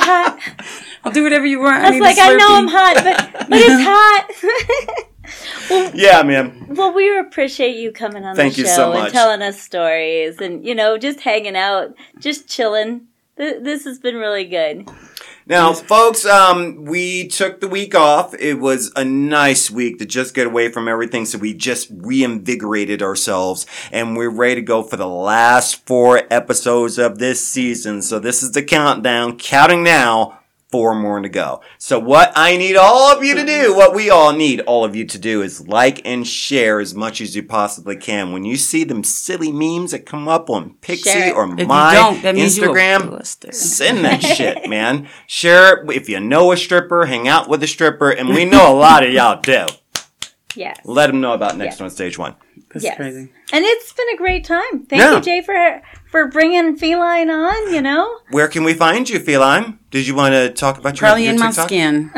[SPEAKER 2] hot.
[SPEAKER 5] I'll do whatever you want.
[SPEAKER 2] I was like, I know I'm hot, but but it's hot.
[SPEAKER 3] yeah, man.
[SPEAKER 2] well, we appreciate you coming on
[SPEAKER 3] Thank
[SPEAKER 2] the
[SPEAKER 3] you
[SPEAKER 2] show
[SPEAKER 3] so
[SPEAKER 2] and
[SPEAKER 3] much.
[SPEAKER 2] telling us stories, and you know, just hanging out, just chilling. Th- This has been really good.
[SPEAKER 3] Now, folks, um, we took the week off. It was a nice week to just get away from everything. So we just reinvigorated ourselves and we're ready to go for the last four episodes of this season. So this is the countdown, counting now. Four more to go. So what I need all of you to do, what we all need all of you to do is like and share as much as you possibly can. When you see them silly memes that come up on Pixie
[SPEAKER 2] Share it.
[SPEAKER 3] or
[SPEAKER 5] If
[SPEAKER 3] my
[SPEAKER 5] you don't, that means
[SPEAKER 3] Instagram,
[SPEAKER 5] you a blister.
[SPEAKER 3] Send that shit, man. Share it if you know a stripper, hang out with a stripper, and we know a lot of y'all do.
[SPEAKER 2] Yes,
[SPEAKER 3] Let them know about next on stage one.
[SPEAKER 5] That's
[SPEAKER 2] Yes.
[SPEAKER 5] crazy.
[SPEAKER 2] and it's been a great time. Thank
[SPEAKER 3] Yeah.
[SPEAKER 2] you, Jay, for for bringing feline on. You know,
[SPEAKER 3] Where can we find you, Feline? Did you want to talk about your,
[SPEAKER 5] Probably
[SPEAKER 3] your
[SPEAKER 5] in my
[SPEAKER 3] TikTok?
[SPEAKER 5] skin.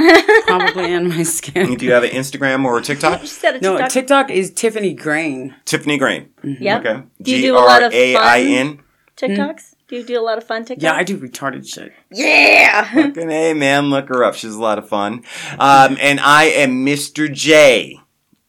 [SPEAKER 5] Probably in my skin.
[SPEAKER 3] Do you have an Instagram or a TikTok?
[SPEAKER 2] just set a
[SPEAKER 5] No,
[SPEAKER 2] TikTok.
[SPEAKER 5] TikTok is Tiffany Grain.
[SPEAKER 3] Tiffany Green.
[SPEAKER 2] Yep.
[SPEAKER 3] Okay.
[SPEAKER 2] Do you do a lot of fun
[SPEAKER 3] G-R-A-I-N.
[SPEAKER 2] TikToks? Do you do a lot of fun TikToks?
[SPEAKER 5] Yeah, I do retarded shit.
[SPEAKER 2] Yeah.
[SPEAKER 3] Fucking hey, man, look her up. She's a lot of fun. Um, and I am Mr. J.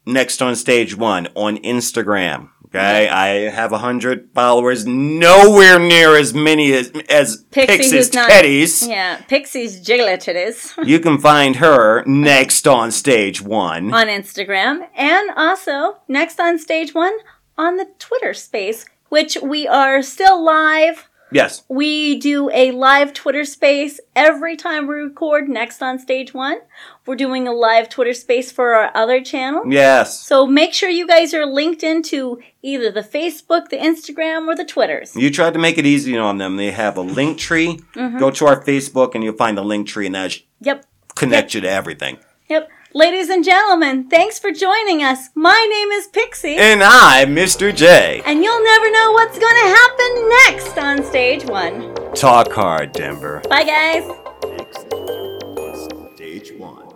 [SPEAKER 3] Next on stage one on Instagram. Okay, I have a hundred followers, nowhere near as many as as
[SPEAKER 2] Pixie,
[SPEAKER 3] Pixie's
[SPEAKER 2] who's not-
[SPEAKER 3] Teddies.
[SPEAKER 2] yeah, Pixie's Jiggletitties
[SPEAKER 3] You can find her next on stage one.
[SPEAKER 2] on Instagram. And also, next on stage one, on the Twitter space, which we are still live.
[SPEAKER 3] Yes,
[SPEAKER 2] We do a live Twitter space every time we record next on stage one. We're doing a live Twitter space for our other channel.
[SPEAKER 3] yes.
[SPEAKER 2] So make sure you guys are linked into either the Facebook, the Instagram, or the Twitters.
[SPEAKER 3] You tried to make it easy on them. They have a link tree. Go to our Facebook and you'll find the link tree, and that sh-
[SPEAKER 2] Mm-hmm. Yep.
[SPEAKER 3] connect you to everything.
[SPEAKER 2] Yep. Ladies and gentlemen, thanks for joining us. My name is Pixie.
[SPEAKER 3] And I, Mr. J,
[SPEAKER 2] and you'll never know what's going to happen next on stage one.
[SPEAKER 3] talk hard, Denver.
[SPEAKER 2] Bye, guys.
[SPEAKER 1] Next on stage one.